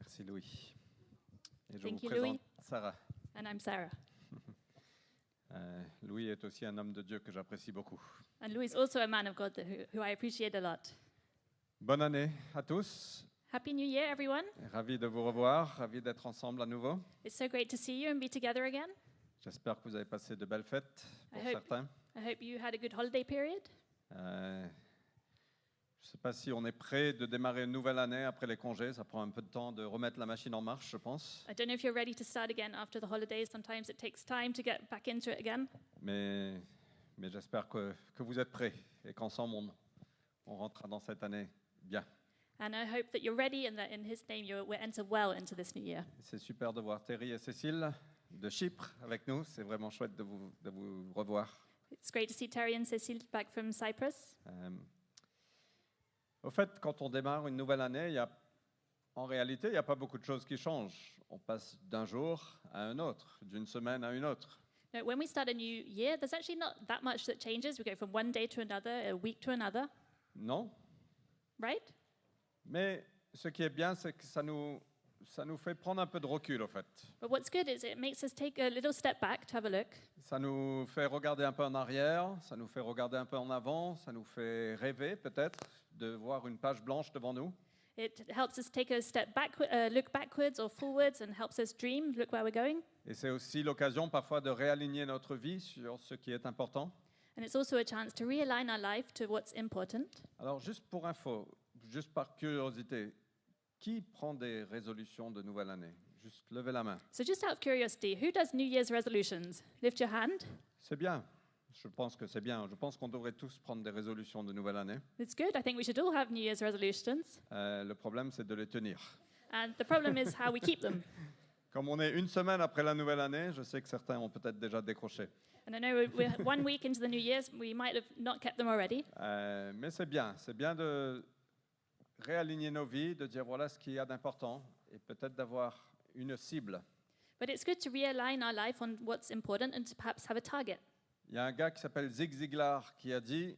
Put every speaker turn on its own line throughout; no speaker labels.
Merci Louis. Et je
Thank
vous
you,
présente
Louis.
Sarah.
And I'm Sarah.
Euh, Louis est aussi un homme de Dieu que j'apprécie beaucoup.
And Louis is also a man of God that- who, who I appreciate a lot.
Bonne année à tous.
Happy New Year, everyone.
Ravi de vous revoir, ravi d'être ensemble à nouveau.
It's so great to see you and be together again.
J'espère que vous avez passé de belles fêtes pour
I hope-
certains.
I hope you had a good holiday period.
Euh, je ne sais pas si on est prêt de démarrer une nouvelle année après les congés. Ça prend un peu de temps de remettre la machine en marche, je pense.
I don't know if you're ready to start again after the holidays. Sometimes it takes time to get back into it again.
Mais, mais j'espère que, que vous êtes prêts et qu'ensemble, on, on rentrera dans cette année bien.
And I hope that you're ready and that in His name you will enter well into this new year.
C'est super de voir Terry et Cécile de Chypre avec nous. C'est vraiment chouette de vous, de vous revoir.
It's great to see Terry and Cecile back from Cyprus.
Euh, au fait, quand on démarre une nouvelle année, il y a, en réalité, il n'y a pas beaucoup de choses qui changent. On passe d'un jour à un autre, d'une semaine à une autre.
Now, when we start a new year, there's actually not that much that changes. We go from one day to another, a week to another,
Non
right?
Mais ce qui est bien, c'est que ça nous, ça nous fait prendre un peu de recul, au fait.
But what's good is it makes us take a little step back to have a look.
Ça nous fait regarder un peu en arrière, ça nous fait regarder un peu en avant, ça nous fait rêver peut-être de voir une page blanche devant nous.
It helps us take a step back, uh, look backwards or forwards, and helps us dream, look where we're going.
Et c'est aussi l'occasion parfois de réaligner notre vie sur ce qui est important.
And it's also a chance to realign our life to what's important.
Alors, juste pour info, juste par curiosité, qui prend des résolutions de nouvelle année Juste levez la main.
So, just out of curiosity, who does New Year's resolutions? Lift your hand.
C'est bien. Je pense que c'est bien. Je pense qu'on devrait tous prendre des résolutions de nouvelle année.
It's good. I think we should all have New Year's resolutions.
Euh, le problème, c'est de les tenir.
And the problem is how we keep them.
Comme on est une semaine après la nouvelle année, je sais que certains ont peut-être déjà décroché.
And I know we're- we're one week into the New Year's, we might have not kept them already.
Euh, mais c'est bien. C'est bien de réaligner nos vies, de dire voilà ce qu'il y a d'important et peut-être d'avoir une cible.
But it's good to realign our life on what's important and to perhaps have a target.
Il y a un gars qui s'appelle Zig Ziglar qui a dit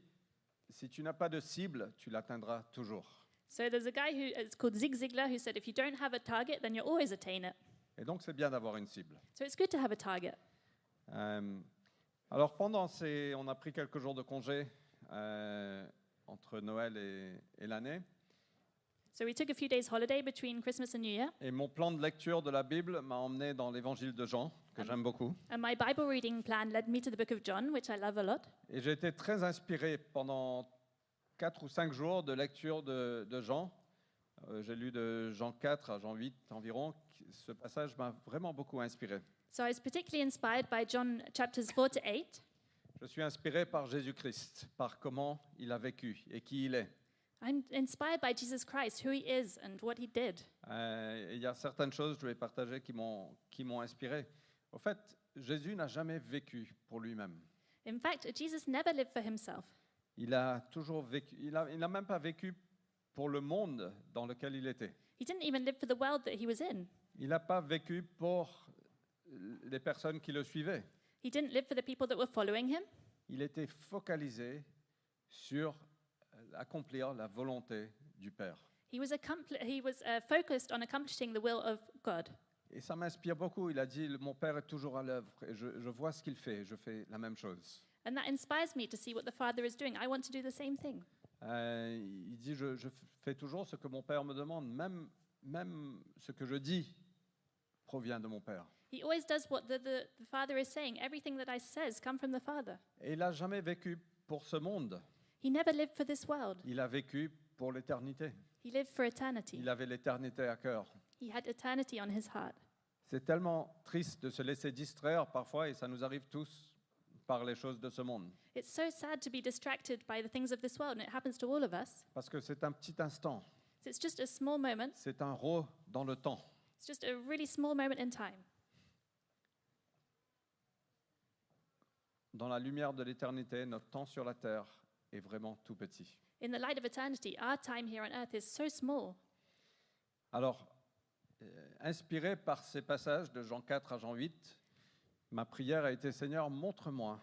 Si tu n'as pas de cible, tu l'atteindras toujours.
So, there's a guy who is called Zig Ziglar who said, if you don't have a target, then you'll always attain it.
Et donc, c'est bien d'avoir une cible.
So, it's good to have a target.
Euh, alors, pendant ces. On a pris quelques jours de congé euh, entre Noël et, et l'année.
So we took a few days holiday between Christmas and New Year,
Et mon plan de lecture de la Bible m'a emmené dans l'évangile de Jean, que
Ah.
j'aime beaucoup.
and my Bible reading plan led me to the book of John, which I love a lot.
Et j'ai été très inspiré pendant quatre ou cinq jours de lecture de, de Jean. Euh, j'ai lu de Jean 4 à Jean 8 environ. Ce passage m'a vraiment beaucoup inspiré.
So I was particularly inspired by John chapters 4 to 8.
Je suis inspiré par Jésus-Christ, par comment il a vécu et qui il est.
I'm inspired by Jesus Christ, who he is and what he did.
Euh, et il y a certaines choses, je vais partager, qui m'ont qui m'ont inspiré. Au fait, Jésus n'a jamais vécu pour lui-même.
In fact, Jesus never lived for himself.
Il a toujours vécu. Il a- il n'a même pas vécu pour le monde dans lequel il était.
He didn't even live for the world that he was in.
Il n'a pas vécu pour les personnes qui le suivaient.
He didn't live for the people that were following him.
Il était focalisé sur euh, accomplir la volonté du Père.
He was, accompli- he was uh, focused on accomplishing the will of God.
Et ça m'inspire beaucoup. Il a dit, le- mon père est toujours à l'œuvre et je, je vois ce qu'il fait, je fais la même chose.
And that inspires me to see what the Father is doing. I want to do the same thing.
Euh, il dit, je, je fais toujours ce que mon père me demande, même, même ce que je dis provient de mon père.
He always does what the, the, the Father is saying. Everything that I says come from the Father.
Et il n'a jamais vécu pour ce monde,
He never lived for this world.
il a vécu pour l'éternité.
He lived for eternity.
Il avait l'éternité à cœur.
He had eternity on his heart.
C'est tellement triste de se laisser distraire parfois, et ça nous arrive tous, par les choses de ce monde.
It's so sad to be distracted by the things of this world, and it happens to all of us.
Parce que c'est un petit instant,
So it's just a small moment.
c'est un rot dans le temps.
It's just a really small moment in time.
Dans la lumière de l'éternité, notre temps sur la terre est vraiment tout petit.
In the light of eternity, our time here on earth is so small.
Alors, euh, inspiré par ces passages de Jean 4 à Jean 8, ma prière a été Seigneur, montre-moi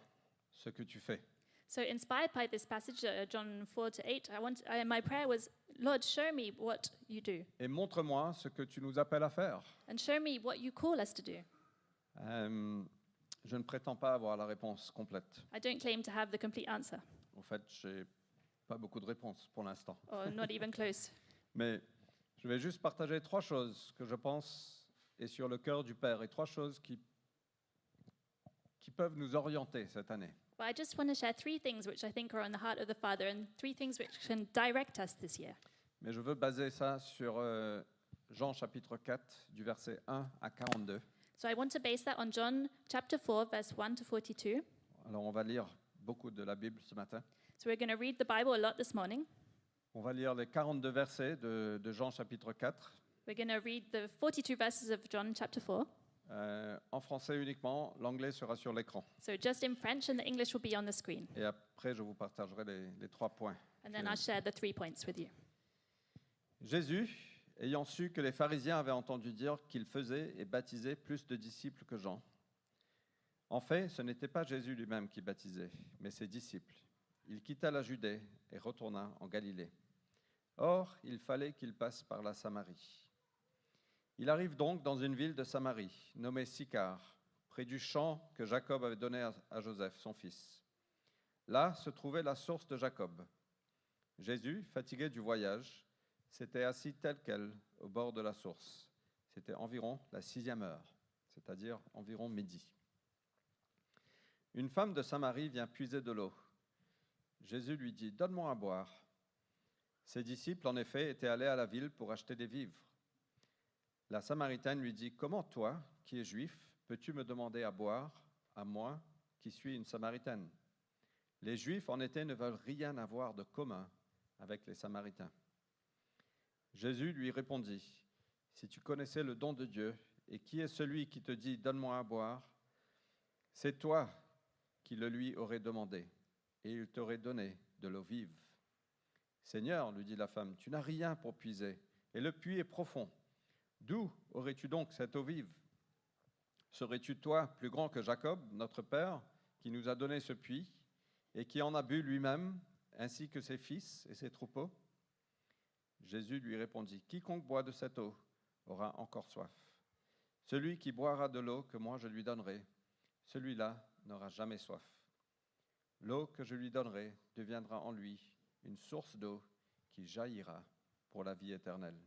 ce que tu fais.
So, inspired by this passage, uh, John 4 to 8, I want, I, my prayer was, Lord, show me what you do,
et montre-moi ce que tu nous appelles à faire.
and show me what you call us to do.
Euh, je ne prétends pas avoir la réponse complète.
I don't claim to have the complete answer,
En fait, j'ai pas beaucoup de réponses pour l'instant.
or not even close.
Mais je vais juste partager trois choses que je pense et sur le cœur du Père et trois choses qui, qui peuvent nous orienter cette année.
But I just want to share three things which I think are on the heart of the Father, and three things which can direct us this year.
Mais je veux baser ça sur euh, Jean chapitre 4 du verset 1 à 42.
So I want to base that on John chapter 4, verse 1 to 42.
Alors on va lire beaucoup de la Bible ce matin.
So we're going to read the Bible a lot this morning.
On va lire les 42 versets de, de Jean chapitre 4
We're going to read the 42 verses of John chapter 4.
euh, en français uniquement. L'anglais sera sur l'écran.
So just in French, and the English will be on the screen.
Et après, je vous partagerai les, les trois points.
And then
Okay.
I'll share the three points with you.
Jésus, ayant su que les pharisiens avaient entendu dire qu'il faisait et baptisait plus de disciples que Jean. En fait, ce n'était pas Jésus lui-même qui baptisait, mais ses disciples. Il quitta la Judée et retourna en Galilée. Or, il fallait qu'il passe par la Samarie. Il arrive donc dans une ville de Samarie, nommée Sicar, près du champ que Jacob avait donné à- à Joseph, son fils. Là se trouvait la source de Jacob. Jésus, fatigué du voyage, s'était assis tel quel au bord de la source. C'était environ la sixième heure, c'est-à-dire environ midi. Une femme de Samarie vient puiser de l'eau. Jésus lui dit, Donne-moi à boire. Ses disciples, en effet, étaient allés à la ville pour acheter des vivres. La Samaritaine lui dit, Comment toi, qui es juif, peux-tu me demander à boire, à moi, qui suis une Samaritaine Les Juifs, en été, ne veulent rien avoir de commun avec les Samaritains. Jésus lui répondit, Si tu connaissais le don de Dieu, et qui est celui qui te dit, Donne-moi à boire, c'est toi qui le lui aurais demandé, et il t'aurait donné de l'eau vive. Seigneur, lui dit la femme, tu n'as rien pour puiser, et le puits est profond. D'où aurais-tu donc cette eau vive Serais-tu toi plus grand que Jacob, notre Père, qui nous a donné ce puits, et qui en a bu lui-même, ainsi que ses fils et ses troupeaux Jésus lui répondit, Quiconque boit de cette eau aura encore soif. Celui qui boira de l'eau que moi je lui donnerai, celui-là n'aura jamais soif. L'eau que je lui donnerai deviendra en lui une source d'eau qui jaillira pour la vie éternelle.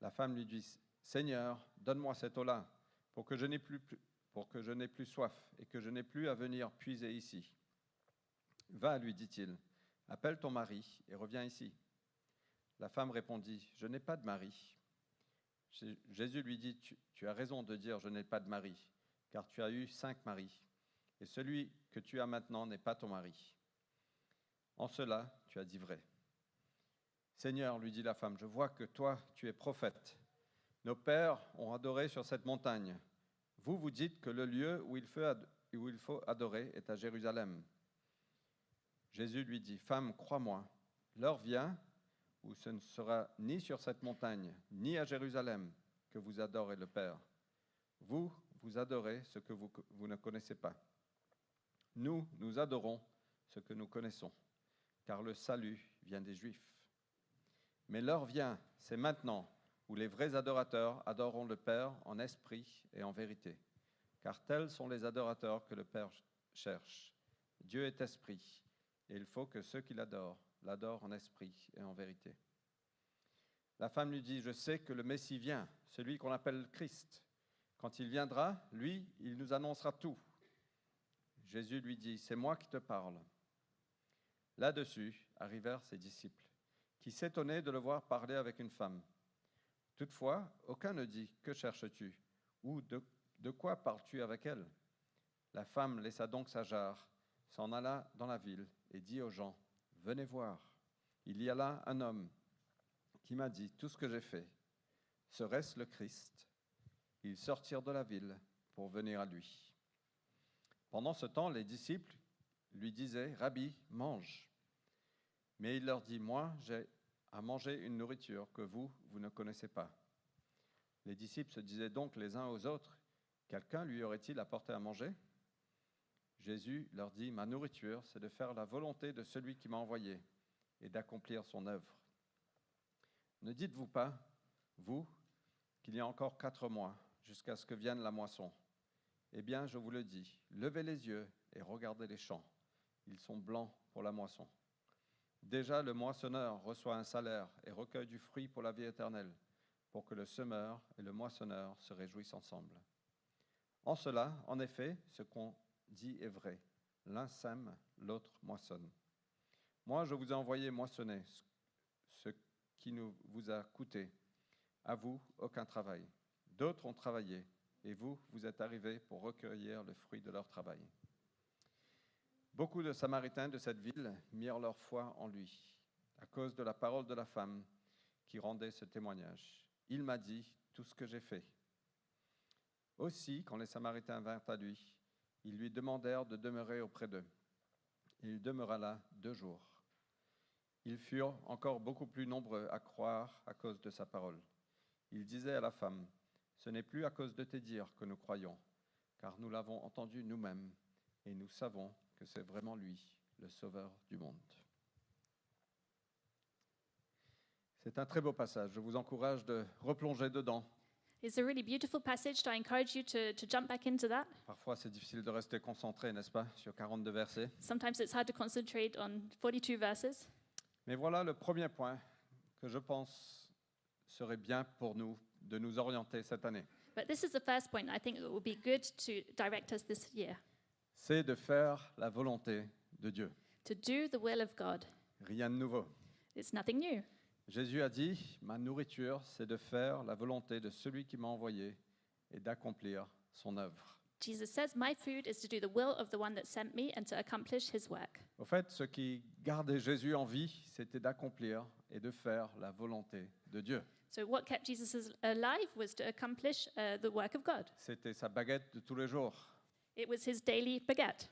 La femme lui dit, Seigneur, donne-moi cette eau-là, pour que je n'ai plus, pour que je n'ai plus soif et que je n'ai plus à venir puiser ici. Va, lui dit-il, appelle ton mari et reviens ici. La femme répondit, Je n'ai pas de mari. Jé- Jésus lui dit, tu, tu as raison de dire, Je n'ai pas de mari, car tu as eu cinq maris, et celui que tu as maintenant n'est pas ton mari. En cela, tu as dit vrai. Seigneur, lui dit la femme, je vois que toi, tu es prophète. Nos pères ont adoré sur cette montagne. Vous, vous dites que le lieu où il faut ad- où il faut adorer est à Jérusalem. Jésus lui dit, Femme, crois-moi, l'heure vient où ce ne sera ni sur cette montagne, ni à Jérusalem que vous adorez le Père. Vous, vous adorez ce que vous, vous ne connaissez pas. Nous, nous adorons ce que nous connaissons, car le salut vient des Juifs. Mais l'heure vient, c'est maintenant, où les vrais adorateurs adoreront le Père en esprit et en vérité, car tels sont les adorateurs que le Père ch- cherche. Dieu est esprit, et il faut que ceux qui l'adorent l'adorent en esprit et en vérité. La femme lui dit, je sais que le Messie vient, celui qu'on appelle Christ. Quand il viendra, lui, il nous annoncera tout. Jésus lui dit, c'est moi qui te parle. Là-dessus arrivèrent ses disciples, qui s'étonnaient de le voir parler avec une femme. Toutefois, aucun ne dit, que cherches-tu Ou de, de quoi parles-tu avec elle La femme laissa donc sa jarre, s'en alla dans la ville et dit aux gens, Venez voir, il y a là un homme qui m'a dit tout ce que j'ai fait. Serait-ce le Christ Ils sortirent de la ville pour venir à lui. Pendant ce temps, les disciples lui disaient, Rabbi, mange. Mais il leur dit, Moi, j'ai à manger une nourriture que vous, vous ne connaissez pas. Les disciples se disaient donc les uns aux autres, Quelqu'un lui aurait-il apporté à manger Jésus leur dit, Ma nourriture, c'est de faire la volonté de celui qui m'a envoyé et d'accomplir son œuvre. Ne dites-vous pas, vous, qu'il y a encore quatre mois jusqu'à ce que vienne la moisson. Eh bien, je vous le dis, levez les yeux et regardez les champs. Ils sont blancs pour la moisson. Déjà, le moissonneur reçoit un salaire et recueille du fruit pour la vie éternelle, pour que le semeur et le moissonneur se réjouissent ensemble. En cela, en effet, ce qu'on dit est vrai. L'un sème, l'autre moissonne. Moi, je vous ai envoyé moissonner ce- ce qui nous, vous a coûté. À vous, aucun travail. D'autres ont travaillé, et vous, vous êtes arrivés pour recueillir le fruit de leur travail. Beaucoup de Samaritains de cette ville mirent leur foi en lui, à cause de la parole de la femme qui rendait ce témoignage. Il m'a dit tout ce que j'ai fait. Aussi, quand les Samaritains vinrent à lui, ils lui demandèrent de demeurer auprès d'eux. Il demeura là deux jours. Ils furent encore beaucoup plus nombreux à croire à cause de sa parole. Il disait à la femme, Ce n'est plus à cause de tes dires que nous croyons, car nous l'avons entendu nous-mêmes, et nous savons que c'est vraiment lui, le Sauveur du monde. C'est un très beau passage. Je vous encourage de replonger dedans.
It's a really beautiful passage. I encourage you to, to jump back into that.
Parfois, c'est difficile de rester concentré, n'est-ce pas, sur 42 versets.
Sometimes it's hard to concentrate on 42 verses.
Mais voilà le premier point que je pense serait bien pour nous de nous orienter cette année.
But this is the first point I think it will be good to direct us this year
C'est de faire la volonté de Dieu.
to do the will of God.
Rien de nouveau.
It's nothing new.
Jésus a dit, ma nourriture, c'est de faire la volonté de celui qui m'a envoyé et d'accomplir son œuvre.
Jesus says, My food is to do the will of the one that sent me and to accomplish his work.
Au fait, ce qui gardait Jésus en vie, c'était d'accomplir et de faire la volonté de Dieu.
So, what kept Jesus as- alive was to accomplish uh, the work of God.
C'était sa baguette de tous les jours.
It was his daily baguette.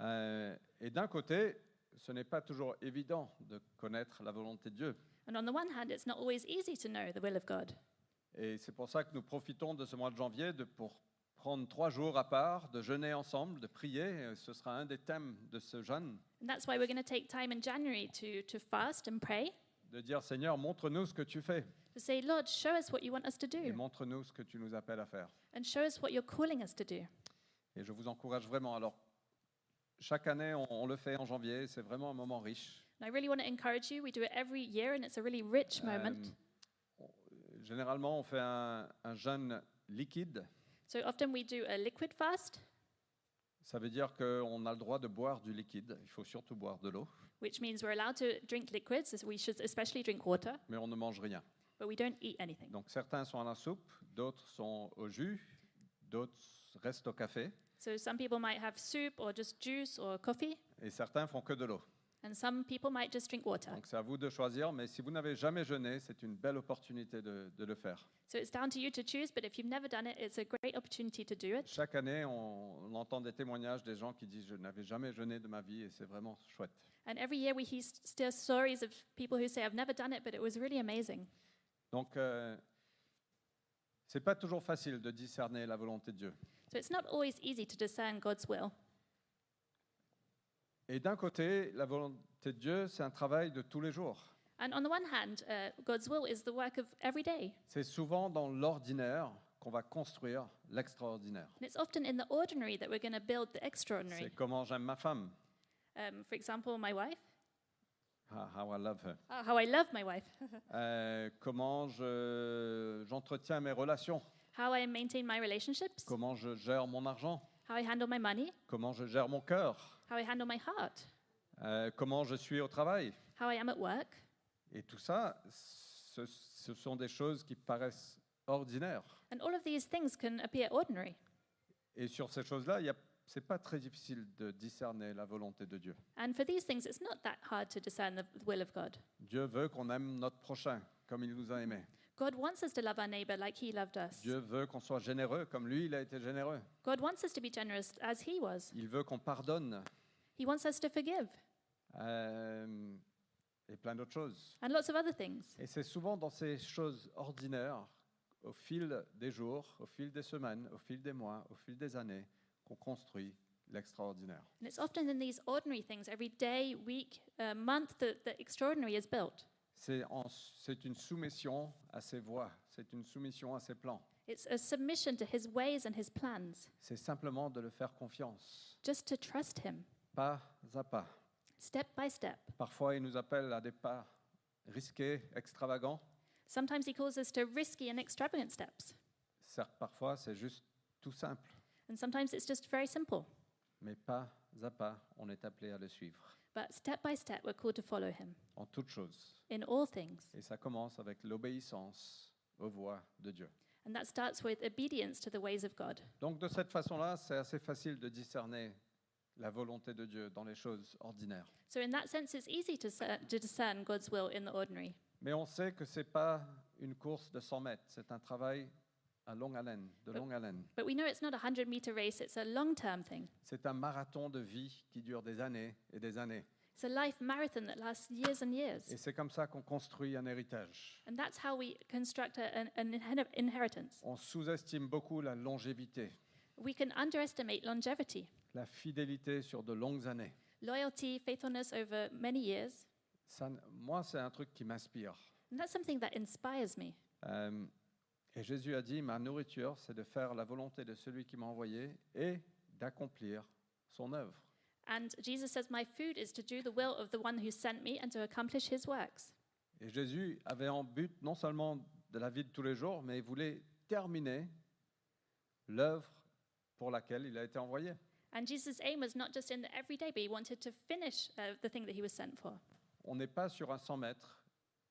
Euh, et d'un côté, ce n'est pas toujours évident de connaître la volonté de Dieu.
And on the one hand, it's not always easy to know the will of God.
Et c'est pour ça que nous profitons de ce mois de janvier de- pour prendre trois jours à part, de jeûner ensemble, de prier. Euh, Ce sera un des thèmes de ce jeûne,
And that's why we're going to take time in January to, to fast and pray,
de dire Seigneur, montre-nous ce que tu fais
to say, Lord, show us what you want us to
et
do,
montre-nous ce que tu nous appelles à faire.
and show us what you're calling us to do.
Et je vous encourage vraiment. Alors, chaque année, on, on le fait en janvier. C'est vraiment un moment riche.
And I really want to encourage you. We do it every year, and it's a really rich moment.
Euh, on- généralement, on fait un, un jeûne liquide.
So often we do a liquid fast,
Ça veut dire qu'on a le droit de boire du liquide. Il faut surtout boire de l'eau,
which means we're allowed to drink liquids. as We should especially drink water,
mais on ne mange rien.
but we don't eat anything.
Donc certains sont à la soupe, d'autres sont au jus, d'autres restent au café,
So some people might have soup or just juice or coffee,
et certains font que de l'eau.
and some people might just drink water.
Donc c'est à vous de choisir, mais si vous n'avez jamais jeûné, c'est une belle opportunité de, de le faire.
So it's down to you to choose, but if you've never done it, it's a great opportunity to do it.
Chaque année, on, on entend des témoignages des gens qui disent je n'avais jamais jeûné de ma vie et c'est vraiment chouette.
And every year we hear still stories of people who say, I've never done it, but it was really amazing.
Donc euh, c'est pas toujours facile de discerner la volonté de Dieu.
So it's not always easy to discern God's will.
Et d'un côté, la volonté de Dieu, c'est un travail de tous les jours.
And on the one hand, uh, God's will is the work of every day.
C'est souvent dans l'ordinaire qu'on va construire l'extraordinaire.
And it's often in the ordinary that we're going to build the
C'est
extraordinary.
comment j'aime ma femme.
Um, for example, my wife.
Ah, how I love her.
Oh, how I love my wife.
Euh, comment je- j'entretiens mes relations,
How I maintain my relationships.
comment je gère mon argent,
How I handle my money.
comment je gère mon cœur,
How I handle my heart.
euh, comment je suis au travail.
How I am at work.
Et tout ça, ce, ce sont des choses qui paraissent ordinaires.
And all of these things can appear ordinary.
Et sur ces choses-là, il y a- c'est pas très difficile de discerner la volonté de Dieu.
And for these things, it's not that hard to discern the will of God.
Dieu veut qu'on aime notre prochain comme il nous a aimés.
God wants us to love our neighbor like he loved us.
Dieu veut qu'on soit généreux comme lui, il a été généreux.
God wants us to be generous as he was.
Il veut qu'on pardonne
He wants us to forgive
euh, et plein d'autres choses.
and lots of other things.
Et c'est souvent dans ces choses ordinaires, au fil des jours, au fil des semaines, au fil des mois, au fil des années, qu'on construit l'extraordinaire.
And it's often in these ordinary things, every day, week, uh, month, that the extraordinary is built.
C'est en- c'est une soumission à ses voies, c'est une soumission à ses plans.
It's a submission to his ways and his plans,
C'est simplement de le faire confiance,
just to trust him,
pas à pas.
step by step.
Parfois, il nous appelle à des pas risqués, extravagants.
Sometimes he calls us to risky and extravagant steps,
Certes, parfois, c'est juste tout simple,
and sometimes it's just very simple.
mais pas à pas, on est appelé à le suivre
But step by step, we're called to follow him
en toutes choses.
in all things.
Et ça commence avec l'obéissance aux voies de Dieu.
And that starts with obedience to the ways of God.
Donc de cette façon-là, c'est assez facile de discerner la volonté de Dieu dans les choses ordinaires.
So, in that sense, it's easy to, cer- to discern God's will in the ordinary.
Mais on sait que ce n'est pas une course de 100 mètres, c'est un travail à longue haleine, de
Yep.
longue haleine.
But we know it's not a 100 meter race, it's a long term thing.
C'est un marathon de vie qui dure des années et des années.
It's a life marathon that lasts years and years.
Et c'est comme ça qu'on construit un héritage.
And that's how we construct a, an, an inhe- inheritance.
On sous-estime beaucoup la longévité,
We can underestimate longevity,
la fidélité sur de longues années.
loyalty, faithfulness over many years.
Ça, moi, c'est un truc qui m'inspire.
And that's something that inspires me.
Euh, et Jésus a dit, ma nourriture, c'est de faire la volonté de celui qui m'a envoyé et d'accomplir son œuvre.
And Jesus says, My food is to do the will of the one who sent me and to accomplish his works.
Et Jésus avait en but non seulement de la vie de tous les jours, mais il voulait terminer l'œuvre pour laquelle il a été envoyé.
And Jesus' aim was not just in the everyday, but he wanted to finish uh, the thing that he was sent for.
On n'est pas sur un 100 mètres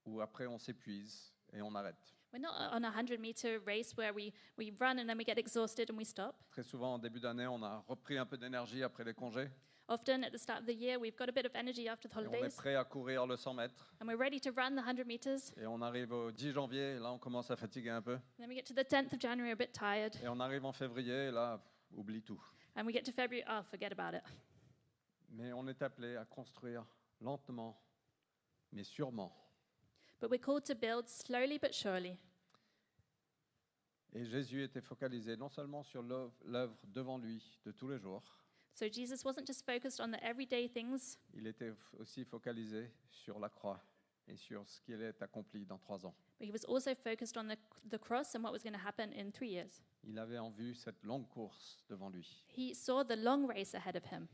où après on s'épuise et on arrête.
We're not on a 100 meter race where we, we run and then we get exhausted and we stop.
Très souvent, en début d'année, on a repris un peu d'énergie après les congés
Often at the start of the year, we've got a bit of energy after the
et on est
holidays
prêt à courir le 100 mètres.
and we're ready to run the 100 meters.
Et on arrive au 10 janvier, et là on commence à fatiguer un peu.
And then we get to the 10th of January, a bit tired.
Et on arrive en février, et là, pff, oublie tout.
And we get to February, oh, forget about it.
Mais on est appelé à construire lentement, mais sûrement.
But we're called to build slowly but surely.
Et Jésus était focalisé non seulement sur l'œuvre l'œuvre devant lui de tous les jours,
So Jesus wasn't just focused on the everyday things,
il était f- aussi focalisé sur la croix et sur ce qu'il est accompli dans trois ans.
but he was also focused on the, the cross and what was going to happen in three years.
Il avait en vue cette longue course devant lui.
He saw the long race ahead of him.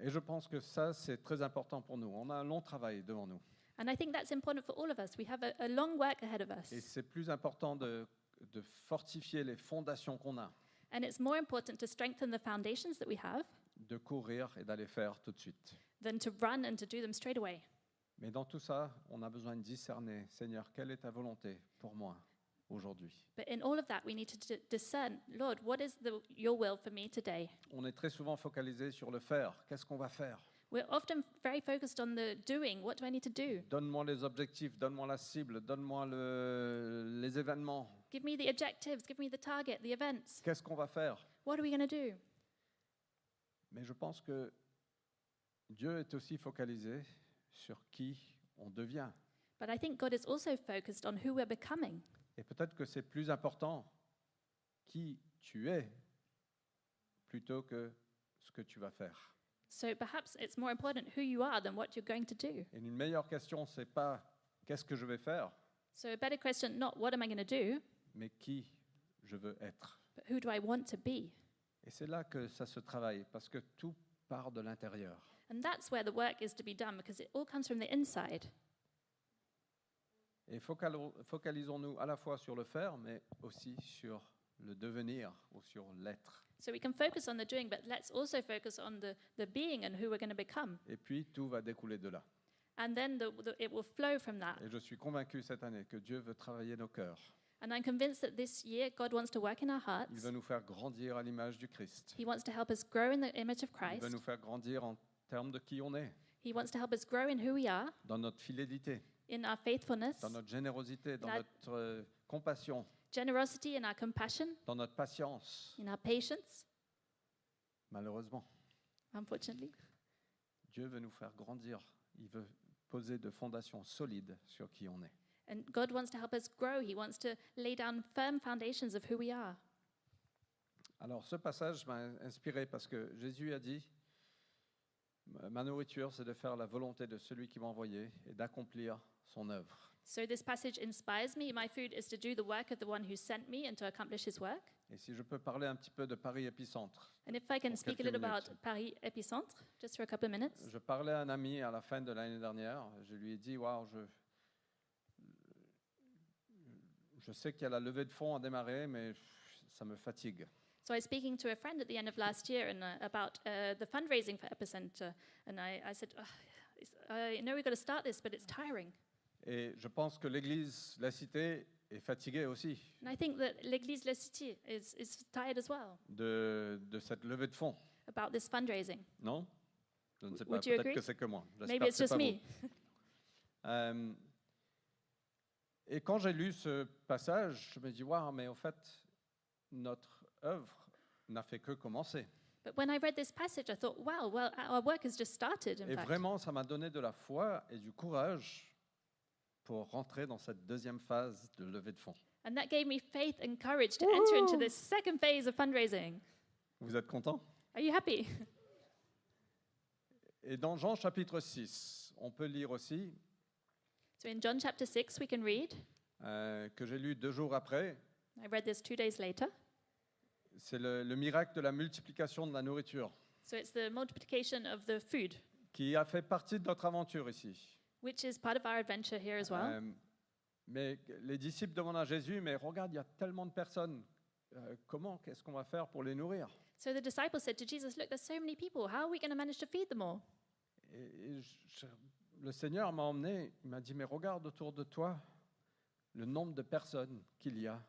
Et je pense que ça, c'est très important pour nous. On a un long travail devant nous.
And I think that's important for all of us. We have a, a long work ahead of us.
Et c'est plus important de, de fortifier les fondations qu'on a,
And it's more important to strengthen the foundations that we have
de courir et d'aller faire tout de suite.
than to run and to do them straight away.
Mais dans tout ça, on a besoin de discerner, Seigneur, quelle est ta volonté pour moi aujourd'hui
But in all of that, we need to d- discern, Lord, what is the, your will for me today?
On est très souvent focalisé sur le faire. Qu'est-ce qu'on va faire
We're often very focused on the doing. What do I need to do?
Donne-moi les objectifs, donne-moi la cible, donne-moi le- les événements.
Give me the objectives, give me the target, the events.
Qu'est-ce qu'on va faire
What are we going to do?
Mais je pense que Dieu est aussi focalisé sur qui on devient.
But I think God is also focused on who we're becoming.
Et peut-être que c'est plus important qui tu es plutôt que ce que tu vas faire.
So perhaps it's more important who you are than what you're going to do.
Et une meilleure question, c'est pas qu'est-ce que je vais faire,
So a better question, not what am I going to do,
mais qui je veux être.
but who do I want to be?
Et c'est là que ça se travaille, parce que tout part de l'intérieur.
And that's where the work is to be done because it all comes from the inside.
Et focalo- focalisons-nous à la fois sur le faire, mais aussi sur le devenir ou sur l'être.
So we can focus on the doing, but let's also focus on the, the being and who we're going to become.
Et puis tout va découler de là.
And then the, the, it will flow from that.
Et je suis convaincu cette année que Dieu veut travailler nos cœurs.
And I'm convinced that this year God wants to work in our
Il
hearts.
veut nous faire grandir à l'image du Christ.
He wants to help us grow in the image of
Il
Christ.
veut nous faire grandir en termes de qui on est,
He wants to help us grow in who we are,
dans notre fidélité,
in our faithfulness,
dans notre générosité, dans
La-
notre euh, compassion,
generosity, in our compassion,
dans notre patience.
in our patience,
Malheureusement,
unfortunately.
Dieu veut nous faire grandir. Il veut poser de fondations solides sur qui on est.
And God wants to help us grow. He wants to lay down firm foundations of who we are.
Alors, ce passage m'a inspiré parce que Jésus a dit Ma nourriture, c'est de faire la volonté de celui qui m'a envoyé et d'accomplir son œuvre.
So this passage inspires me. My food is to do the work of the one who sent me and to accomplish his work.
Et si je peux parler un petit peu de Paris Épicentre,
And if I can
Pour
speak a
quelques
little about
minutes.
Paris Epicentre, just for a couple of minutes.
je parlais à un ami à la fin de l'année dernière. Je lui ai dit Waouh, je, je sais qu'il y a la levée de fonds à démarrer, mais ça me fatigue.
So I was speaking to a friend at the end of last year and uh, about uh, the fundraising for Epicenter, and I, I said, "Ugh, it's- I know we've got to start this, but it's tiring.
Et je pense que l'Église, la cité, est fatiguée aussi
And I think that L'Église La Cité is, is tired as well
de, de cette levée de fonds,
about this fundraising.
non Je ne sais pas,
Would you
peut-être
agree?
que c'est que moi. J'espère
Maybe
que
it's
c'est pas
just
vous.
me.
Euh, et quand j'ai lu ce passage, je me dis, waouh, mais en fait, notre œuvre n'a fait que commencer.
But when I read this passage, I thought, wow, well, our work has just started, in
et
fact.
vraiment, ça m'a donné de la foi et du courage pour rentrer dans cette deuxième phase de levée de fonds.
And that gave me faith and courage to enter into this second phase of fundraising.
Vous êtes contents
Are you happy?
Et dans Jean chapitre 6, on peut lire aussi,
So in John chapter 6, we can read,
euh, que j'ai lu deux jours après,
I read this two days later.
c'est le- le miracle de la multiplication de la nourriture,
So it's the multiplication of the food,
qui a fait partie de notre aventure ici.
which is part of our adventure here as well.
Euh, mais que- les disciples demandent à Jésus, mais regarde, il y a tellement de personnes. euh, comment, qu'est-ce qu'on va faire pour les nourrir
So the disciples said to Jesus, Look, there's so many people. How are we going to manage to feed them all?
Et, et je- je- le Seigneur m'a emmené, il m'a dit, mais regarde autour de toi le nombre de personnes qu'il y a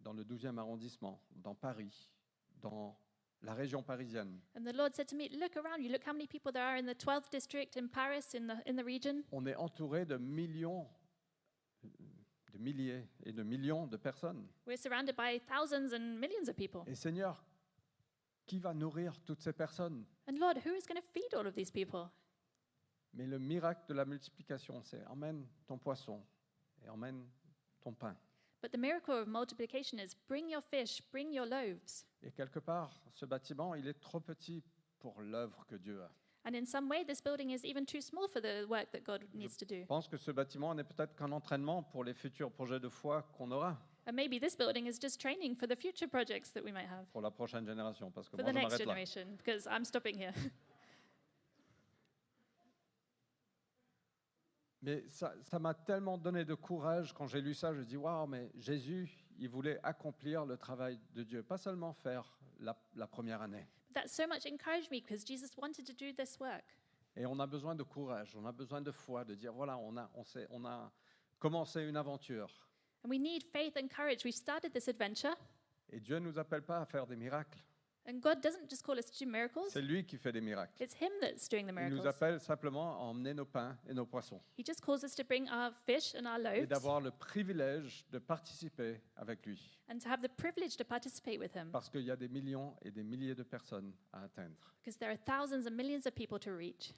dans le 12e arrondissement, dans Paris, dans la région parisienne.
And the Lord said to me, Look around you. Look how many people there are in the 12th district, in Paris, in the, in the region.
On est entouré de millions, de milliers et de millions de personnes.
We're surrounded by thousands and millions of people.
Et Seigneur, qui va nourrir toutes ces personnes
And Lord, who is going to feed all of these people?
Mais le miracle de la multiplication, c'est emmène ton poisson et emmène ton pain.
But the miracle of multiplication is bring your fish, bring your loaves.
Et quelque part, ce bâtiment, il est trop petit pour l'œuvre que Dieu a.
And in some way, this building is even too small for the work that God needs to do.
Je pense que ce bâtiment n'est peut-être qu'un entraînement pour les futurs projets de foi qu'on aura
And maybe this building is just training for the future projects that we might have
pour la prochaine génération, parce que
for
moi,
the
je
next
m'arrête là.
generation, because I'm stopping here.
Mais ça ça m'a tellement donné de courage quand j'ai lu ça. Je dis, waouh, mais Jésus, il voulait accomplir le travail de Dieu, pas seulement faire la- la première année.
that so much encouraged me because Jesus wanted to do this work.
Et on a besoin de courage, on a besoin de foi, de dire voilà, on a, on s'est- on a commencé une aventure.
And we need faith and courage. We've started this adventure,
Et Dieu ne nous appelle pas à faire des miracles.
and God doesn't just call us to do miracles,
C'est lui qui fait des miracles.
it's Him that's doing the
Il nous
miracles.
appelle simplement à emmener nos pains et nos poissons
He just calls us to bring our fish and our
et
loaves
d'avoir le privilège de participer avec lui.
and to have the privilege to participate with Him
Parce qu'il y a des millions et des milliers de personnes à atteindre.
because there are thousands and millions of people to reach.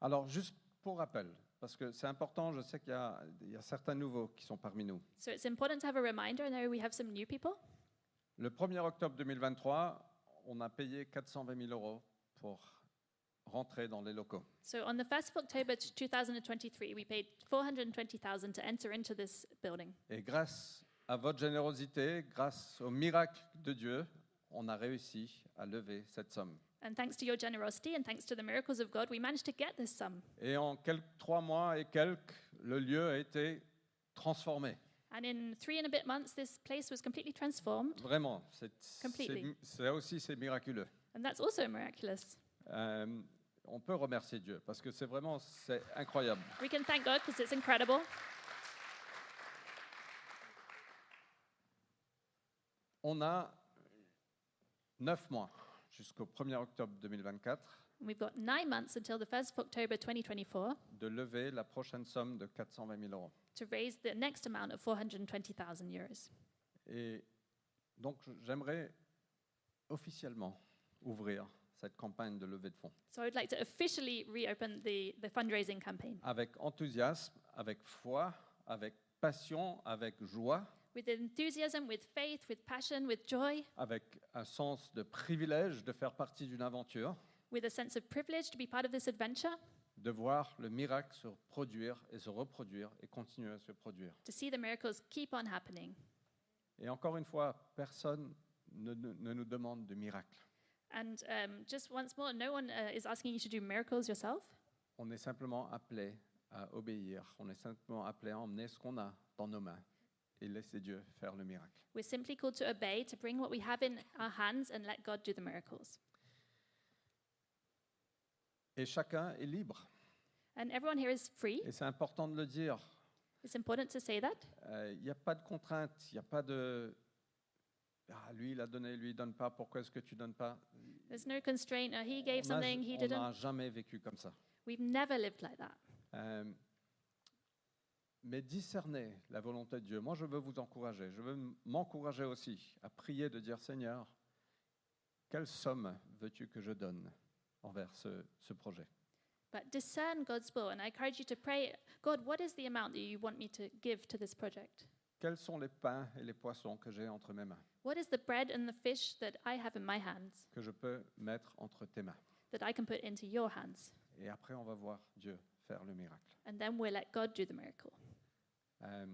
Alors, juste pour rappel, parce que c'est important, je sais qu'il y a- il y a certains nouveaux qui sont parmi nous.
So it's important to have a reminder. I know we have some new people.
Le 1er octobre 2023, on a payé 420 000 euros pour rentrer dans les locaux.
So on the 1st of October 2023, we paid 420,000 to enter into this building.
Et grâce à votre générosité, grâce au miracle de Dieu, on a réussi à lever cette somme.
And thanks to your generosity and thanks to the miracles of God, we managed to get this sum.
Et en quelques trois mois et quelques, le lieu a été transformé.
And in three and a bit months, this place was completely transformed,
Vraiment, c'est
Completely.
c'est- ça aussi c'est miraculeux.
and that's also miraculous.
Euh, on peut remercier Dieu parce que c'est vraiment c'est incroyable.
We can thank God because it's incredible.
On a neuf mois jusqu'au 1er octobre 2024
We've got nine months until the 1st of October 2024
de lever la prochaine somme de 420 000 euros.
to raise the next amount of 420,000 euros.
Et donc, je- j'aimerais officiellement ouvrir cette campagne de levée de fonds
So I would like to officially reopen the, the fundraising campaign
avec enthousiasme, avec foi, avec passion, avec joie,
with enthusiasm, with faith, with passion, with joy,
avec un sens de privilège de faire partie d'une aventure
with a sense of privilege to be part of this adventure,
de voir le miracle se produire et se reproduire et continuer à se produire.
to see the miracles keep on happening.
Et encore une fois, personne ne, ne- ne nous demande de miracle.
And um, just once more, no one uh, is asking you to do miracles yourself.
On est simplement appelé à obéir, on est simplement appelé à emmener ce qu'on a dans nos mains et laisser Dieu faire le miracle.
We're simply called to obey, to bring what we have in our hands and let God do the miracles.
Et chacun est libre.
And everyone here is free.
Et c'est important de le dire.
It's important to say that.
Euh, Il n'y a pas de contrainte, il n'y a pas de... Ah, lui, il a donné, lui, il donne pas. Pourquoi est-ce que tu donnes pas
There's no constraint. Uh, he gave
On n'a-
something, he
on
didn't.
n'a jamais vécu comme ça.
We've never lived like that.
Euh, mais discerner la volonté de Dieu. Moi, je veux vous encourager. Je veux m- m'encourager aussi à prier de dire Seigneur, quelle somme veux-tu que je donne envers ce, ce projet
But discern God's will. And I encourage you to pray God, what is the amount that you want me to give to this project?
Quels sont les pains et les poissons que j'ai entre mes mains,
What is the bread and the fish that I have in my hands
que je peux mettre entre tes mains
that I can put into your hands?
Et après, on va voir Dieu faire le miracle.
And then we'll let God do the miracle.
Euh,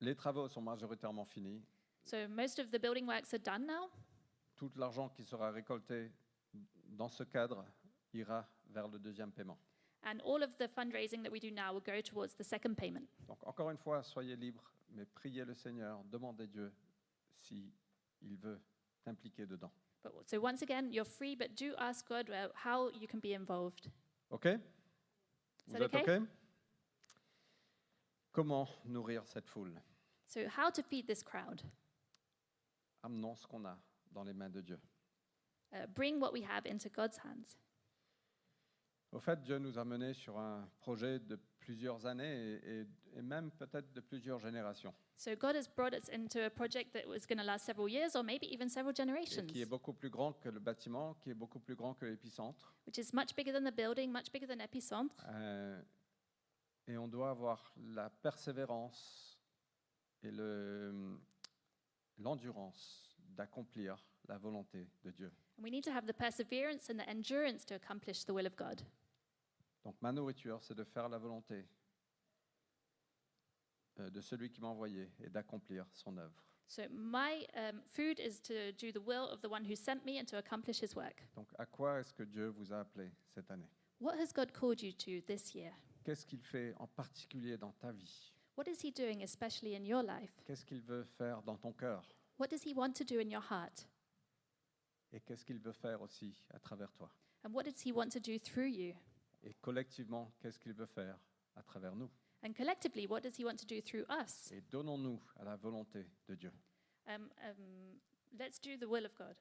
les travaux sont majoritairement finis.
So most of the building works are done now.
Tout l'argent qui sera récolté dans ce cadre ira vers le deuxième paiement.
And all of the fundraising that we do now will go towards the second payment.
Donc encore une fois, soyez libres, mais priez le Seigneur, demandez Dieu si il veut t'impliquer dedans.
But w- so once again, you're free, but do ask God uh, how you can be involved.
OK Vous
that
êtes OK
okay?
Comment nourrir cette foule
So how to feed this crowd?
Amenons ce qu'on a dans les mains de Dieu.
Uh, bring what we have into God's hands.
Au fait, Dieu nous a menés sur un projet de plusieurs années et, et- et même peut-être de plusieurs générations,
So God has brought us into a project that was going to last several years, or maybe even several
et
generations,
qui est beaucoup plus grand que le bâtiment, qui est beaucoup plus grand que l'épicentre.
which is much bigger than the building, much bigger than Epicentre.
Euh, et on doit avoir la persévérance et le- euh, l'endurance d'accomplir la volonté de Dieu.
And we need to have the perseverance and the endurance to accomplish the will of God.
Donc ma nourriture, c'est de faire la volonté euh, de celui qui m'a envoyé et d'accomplir son œuvre.
So my um, food is to do the will of the one who sent me and to accomplish his work.
Donc à quoi est-ce que Dieu vous a appelé cette année
What has God called you to this year?
Qu'est-ce qu'il fait en particulier dans ta vie
What is he doing especially in your life?
Qu'est-ce qu'il veut faire dans ton cœur
What does he want to do in your heart?
Et qu'est-ce qu'il veut faire aussi à travers toi
And what does he want to do through you?
Et collectivement, qu'est-ce qu'il veut faire à travers nous
And collectively, what does he want to do through us?
et donnons-nous à la volonté de Dieu.
Um, um, let's do the will of God.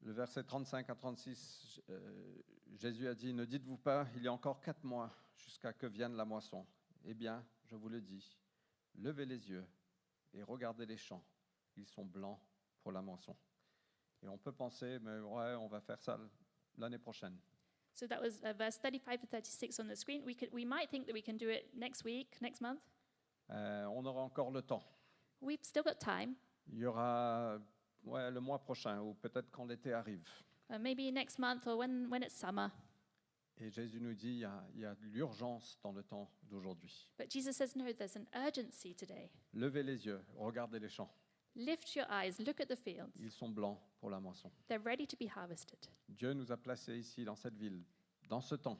Le verset 35 à 36, euh, Jésus a dit, ne dites-vous pas, il y a encore quatre mois jusqu'à que vienne la moisson. Eh bien, je vous le dis, levez les yeux et regardez les champs, ils sont blancs pour la moisson. Et on peut penser, mais ouais, on va faire ça l'année prochaine.
So that was uh, verse 35 to 36 on the screen. We, could, we might think that we can do it next week, next month.
Euh, on aura encore le temps.
We've still got time.
Il y aura ouais, le mois prochain ou peut-être quand l'été arrive.
Uh, maybe next month or when, when it's summer.
Et Jésus nous dit, il y a- il y a de l'urgence dans le temps d'aujourd'hui.
But Jesus says, no, there's an urgency today.
Levez les yeux, regardez les champs.
Lift your eyes, look at the fields.
Ils sont blancs pour la moisson.
They're ready to be harvested.
Dieu nous a placés ici, dans cette ville, dans ce temps.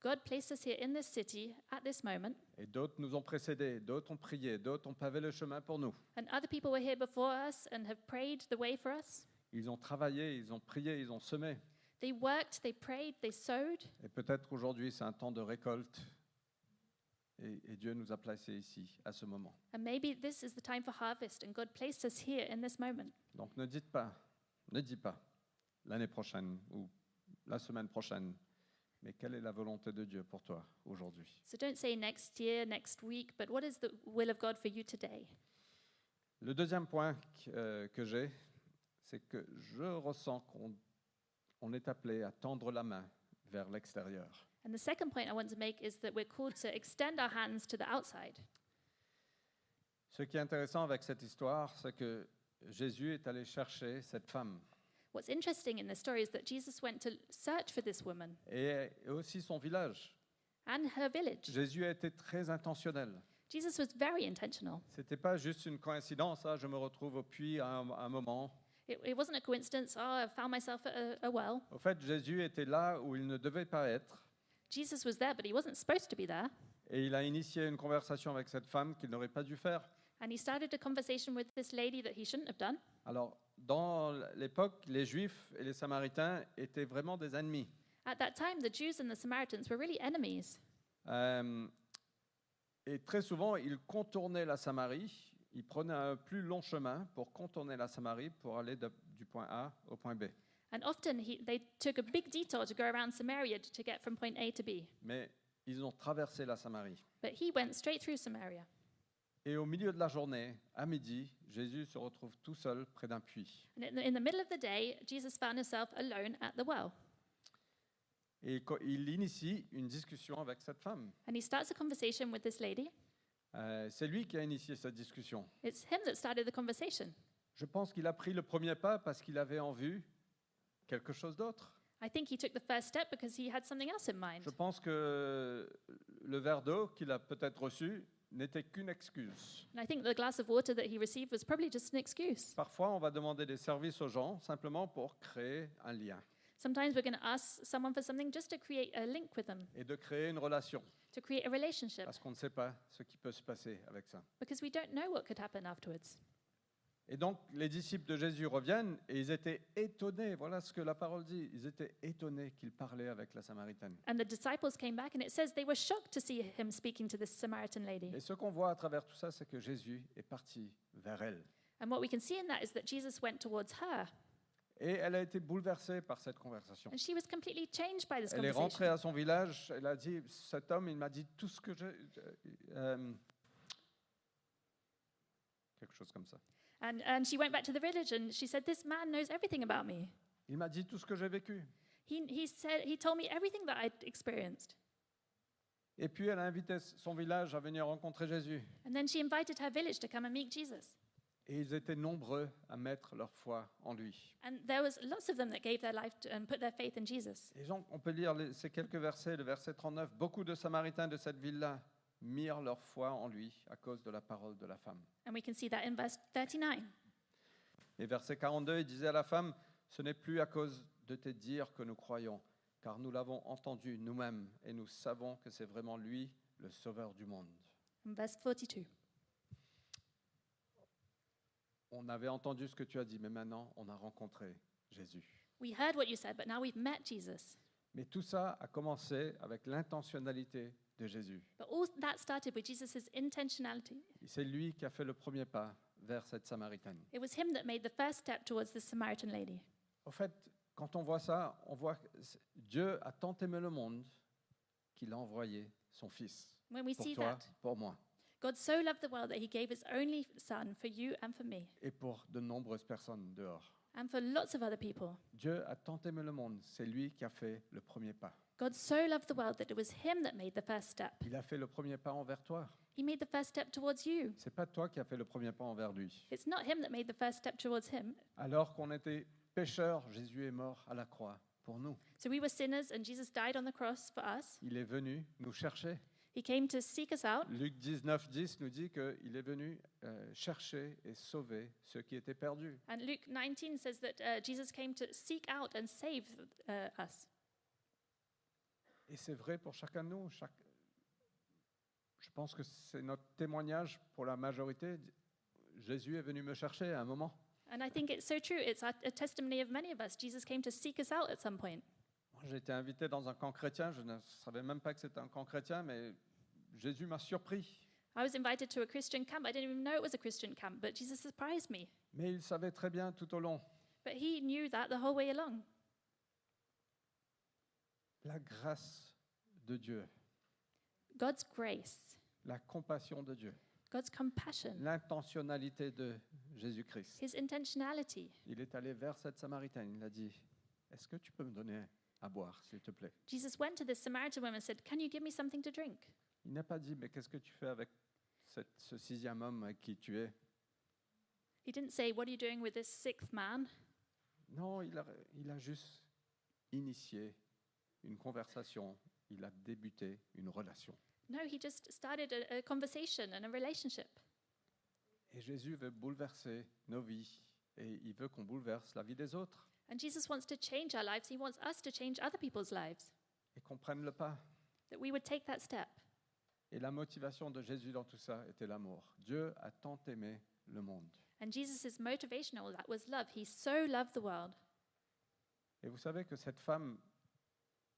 God placed us here in this city at this moment,
Et d'autres nous ont précédés, d'autres ont prié, d'autres ont pavé le chemin pour nous.
and other people were here before us and have prayed the way for us.
Ils ont travaillé, ils ont prié, ils ont semé.
They worked, they prayed, they sowed.
Et peut-être qu'aujourd'hui, c'est un temps de récolte. Et, et Dieu nous a placés ici, à ce moment.
And maybe this is the time for harvest, and God placed us here in this moment.
Donc ne dites pas, ne dis pas, l'année prochaine ou la semaine prochaine, mais quelle est la volonté de Dieu pour toi aujourd'hui
So don't say next year, next week, but what is the will of God for you today?
Le deuxième point qu- euh, que j'ai, c'est que je ressens qu'on on est appelé à tendre la main vers l'extérieur.
And the second point I want to make is that we're called to extend our hands to the outside.
Ce qui est intéressant avec cette histoire, c'est que Jésus est allé chercher cette femme
What's interesting in this story is that Jesus went to search for this woman
et et aussi son village.
and her village.
Jésus a été très intentionnel.
Jesus was very intentional.
C'était pas juste une coïncidence, ah, je me retrouve au puits à un, à un moment.
It, it wasn't a coincidence, oh, I found myself at a, a well.
Au fait, Jésus était là où il ne devait pas être
Jesus was there, but he wasn't supposed to be there.
et il a initié une conversation avec cette femme qu'il n'aurait pas dû faire.
And he started a conversation with this lady that he shouldn't have done.
Alors, dans l'époque, les Juifs et les Samaritains étaient vraiment des ennemis.
At that time, the Jews and the Samaritans were really enemies.
Euh, et très souvent, ils contournaient la Samarie. Ils prenaient un plus long chemin pour contourner la Samarie pour aller de- du point A au point B.
And often he, they took a big detour to go around Samaria t- to get from point A to B.
Mais ils ont traversé la Samarie.
But he went straight through Samaria.
Et au milieu de la journée, à midi, Jésus se retrouve tout seul près d'un puits.
And in the, in the middle of the day, Jesus found himself alone at the well.
Et co- il initie une discussion avec cette femme.
And he starts a conversation with this lady.
Euh, c'est lui qui a initié cette discussion.
It's him that started the conversation.
Je pense qu'il a pris le premier pas parce qu'il avait en vue quelque chose d'autre.
I think he took the first step because he had something else in mind.
Je pense que le verre d'eau qu'il a peut-être reçu n'était qu'une excuse.
And I think the glass of water that he received was probably just an excuse.
Parfois, on va demander des services aux gens simplement pour créer un lien
Sometimes we're going to ask someone for something just to create a link with them,
et de créer une relation,
to create a relationship,
parce qu'on ne sait pas ce qui peut se passer avec ça.
because we don't know what could happen afterwards.
Et donc, les disciples de Jésus reviennent et ils étaient étonnés. Voilà ce que la parole dit. Ils étaient étonnés qu'il parlait avec la Samaritaine.
And the disciples came back, and it says they were shocked to see him speaking to this Samaritan lady.
Et ce qu'on voit à travers tout ça, c'est que Jésus est parti vers elle.
And what we can see in that is that Jesus went towards her,
Et elle a été bouleversée par cette conversation.
and she was completely changed by this
Elle est rentrée
conversation.
à son village. Elle a dit Cet homme, il m'a dit tout ce que je. euh, quelque chose comme ça.
And, and she went back to the village, and she said, "This man knows everything about me.
Il m'a dit tout ce que j'ai vécu.
He, he said he told me everything that I'd experienced."
Et puis elle a invité son village à venir rencontrer Jésus.
And then she invited her village to come and meet Jesus.
Et ils étaient nombreux à mettre leur foi en lui.
And there was lots of them that gave their life to, and put their faith in Jesus.
Et donc, on peut lire les- ces quelques versets, le verset 39. Beaucoup de Samaritains de cette ville-là mirent leur foi en lui à cause de la parole de la femme.
And we can see that in verse 39.
Et verset 42, il disait à la femme, ce n'est plus à cause de tes dires que nous croyons, car nous l'avons entendu nous-mêmes et nous savons que c'est vraiment lui le sauveur du monde.
And verse 42.
On avait entendu ce que tu as dit, mais maintenant on a rencontré Jésus.
We heard what you said, but now we've met Jesus.
Mais tout ça a commencé avec l'intentionnalité de Jésus.
But all that started with Jesus' intentionality.
Et C'est lui qui a fait le premier pas vers cette Samaritaine.
It was him that made the first step towards this Samaritan lady.
Au fait, quand on voit ça, on voit que c'est- Dieu a tant aimé le monde qu'il a envoyé son Fils
When we
pour
see
toi,
that,
pour moi
God so loved the world that he gave his only son for you and for me,
et pour de nombreuses personnes dehors.
and for lots of other people.
Dieu a tant aimé le monde, c'est lui qui a fait le premier pas.
God so loved the world that it was him that made the first step.
Il a fait le premier pas envers toi.
He made the first step towards you.
C'est pas toi qui as fait le premier pas envers lui.
It's not him that made the first step towards him.
Alors qu'on était pécheurs, Jésus est mort à la croix pour nous.
So we were sinners, and Jesus died on the cross for us.
Il est venu nous chercher.
He came to seek us out.
Luc 19, 10 nous dit qu'il est venu euh, chercher et sauver ceux qui étaient perdus.
And Luke 19 says that uh, Jesus came to seek out and save uh, us.
Et c'est vrai pour chacun de nous. chaque- Je pense que c'est notre témoignage pour la majorité. Jésus est venu me chercher à un moment.
And I think it's so true. It's a, a testimony of many of us. Jesus came to seek us out at some point.
Moi, J'ai été invité dans un camp chrétien. Je ne savais même pas que c'était un camp chrétien, mais Jésus m'a surpris.
I was invited to a Christian camp. I didn't even know it was a Christian camp, but Jesus surprised me.
Mais il savait très bien tout au long.
But he knew that the whole way along.
La grâce de Dieu,
God's grace,
la compassion de Dieu,
God's compassion,
l'intentionnalité de Jésus-Christ.
his intentionality.
Il est allé vers cette Samaritaine. Il a dit, est-ce que tu peux me donner à boire, s'il te plaît
Jesus went to this Samaritan woman and said, Can you give me something to drink?
Il n'a pas dit, mais qu'est-ce que tu fais avec cette- ce sixième homme avec qui tu es
He didn't say, What are you doing with this sixth man?
Non, il a, il a juste initié une conversation, il a débuté une relation.
No, he just started a, a conversation and a relationship.
Et Jésus veut bouleverser nos vies et il veut qu'on bouleverse la vie des autres
And Jesus wants to change our lives. He wants us to change other people's lives,
et qu'on prenne le pas.
that we would take that step.
Et la motivation de Jésus dans tout ça était l'amour. Dieu a tant aimé le monde.
And Jesus' motivation in all that was love. He so loved the world.
Et vous savez que cette femme,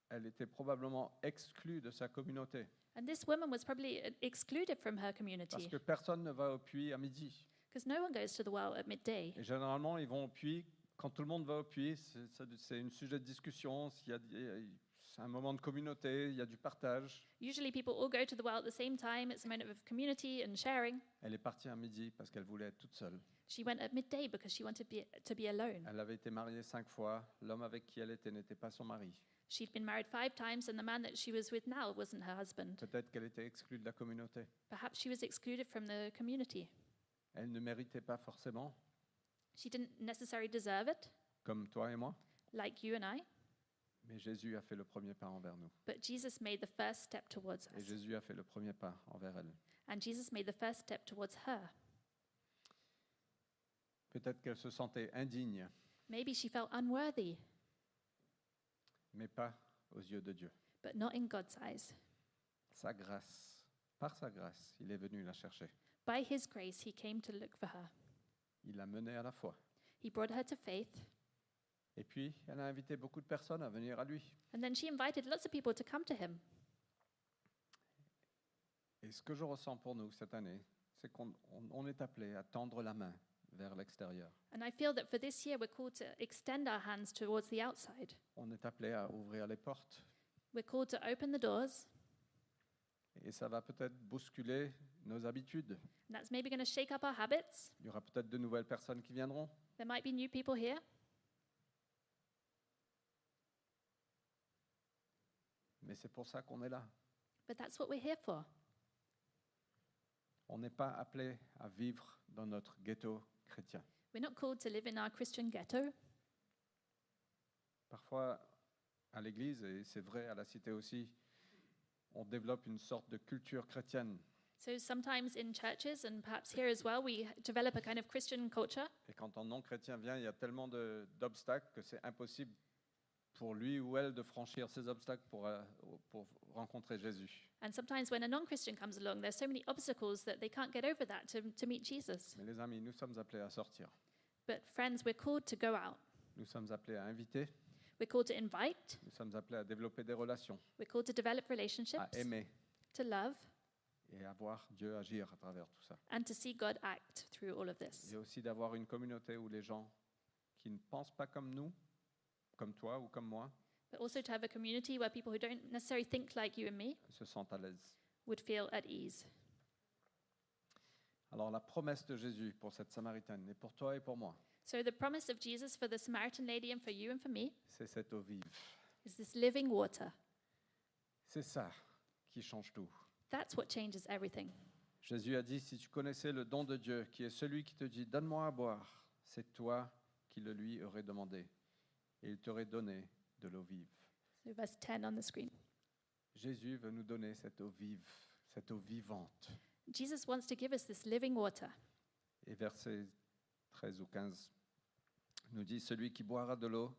elle était probablement exclue de sa communauté
And this woman was probably uh, excluded from her
parce
community
que personne ne va au puits à midi.
because no one goes to the well at midday.
Et généralement, ils vont au puits quand tout le monde va au puits. c'est- ça- C'est un sujet de discussion. s'il y a des- C'est un moment de communauté. Il y a du partage.
Usually people all go to the well at the same time. It's a moment of community and sharing.
Elle est partie à midi parce qu'elle voulait être toute seule.
She went at midday because she wanted be, to be alone.
Elle avait été mariée cinq fois. L'homme avec qui elle était n'était pas son mari.
She'd been married five times, and the man that she was with now wasn't her husband.
Peut-être qu'elle était exclue de la communauté.
Perhaps she was excluded from the community.
Elle ne méritait pas forcément,
She didn't necessarily deserve it,
comme toi et moi.
like you and I,
Mais Jésus a fait le premier pas envers nous.
but Jesus made the first step towards
Et
us.
Jésus a fait le premier pas envers elle.
And Jesus made the first step towards her.
Peut-être qu'elle se sentait indigne,
Maybe she felt unworthy,
mais pas aux yeux de Dieu.
but not in God's eyes.
Sa grâce, par sa grâce, il est venu la chercher.
By his grace, he came to look for her.
Il l'a menée à la foi.
He brought her to faith,
Et puis, elle a invité beaucoup de personnes à venir à lui.
and then she invited lots of people to come to him.
Et ce que je ressens pour nous cette année, c'est qu'on on- on est appelé à tendre la main vers l'extérieur.
And I feel that for this year, we're called to extend our hands towards the outside.
On est appelé à ouvrir les portes.
We're called to open the doors,
Et ça va peut-être bousculer nos habitudes.
and that's maybe going to shake up our habits.
Il y aura peut-être de nouvelles personnes qui viendront.
There might be new people here,
Mais c'est pour ça qu'on est là.
but that's what we're here for.
On n'est pas appelé à vivre dans notre ghetto chrétien.
We're not called to live in our Christian ghetto.
Parfois, à l'église, et c'est vrai à la cité aussi, on développe une sorte de culture chrétienne.
So sometimes in churches, and perhaps here as well, we develop a kind of Christian culture.
Et quand un non-chrétien vient, il y a tellement de- d'obstacles que c'est impossible pour lui ou elle de franchir ces obstacles pour, euh, pour rencontrer Jésus.
And sometimes when a non Christian comes along, there's so many obstacles that they can't get over that to, to meet Jesus.
Mais les amis, nous sommes appelés à sortir.
But friends, we're called to go out.
Nous sommes appelés à inviter.
We're called to invite.
Nous sommes appelés à développer des relations,
We're called to develop
à
relationships,
aimer
to love,
et à voir Dieu agir à travers tout ça.
and to see God act through all of this.
Et aussi d'avoir une communauté où les gens qui ne pensent pas comme nous, comme toi ou comme moi,
But also to have a community where people who don't necessarily think like you and me
se sentent à l'aise.
would feel at ease.
Alors la promesse de Jésus pour cette Samaritaine et pour toi et pour moi,
So the promise of Jesus for the Samaritan lady and for you and for me
c'est cette eau vive.
is this living water.
C'est ça qui change tout.
That's what changes everything.
Jésus a dit, si tu connaissais le don de Dieu, qui est celui qui te dit, donne-moi à boire, c'est toi qui le lui aurais demandé, et il t'aurait donné de l'eau vive.
So verse 10 on the screen.
Jésus veut nous donner cette eau vive, cette eau vivante.
Jesus wants to give us this living water.
Et verset 13 ou 15 nous dit, celui qui boira de l'eau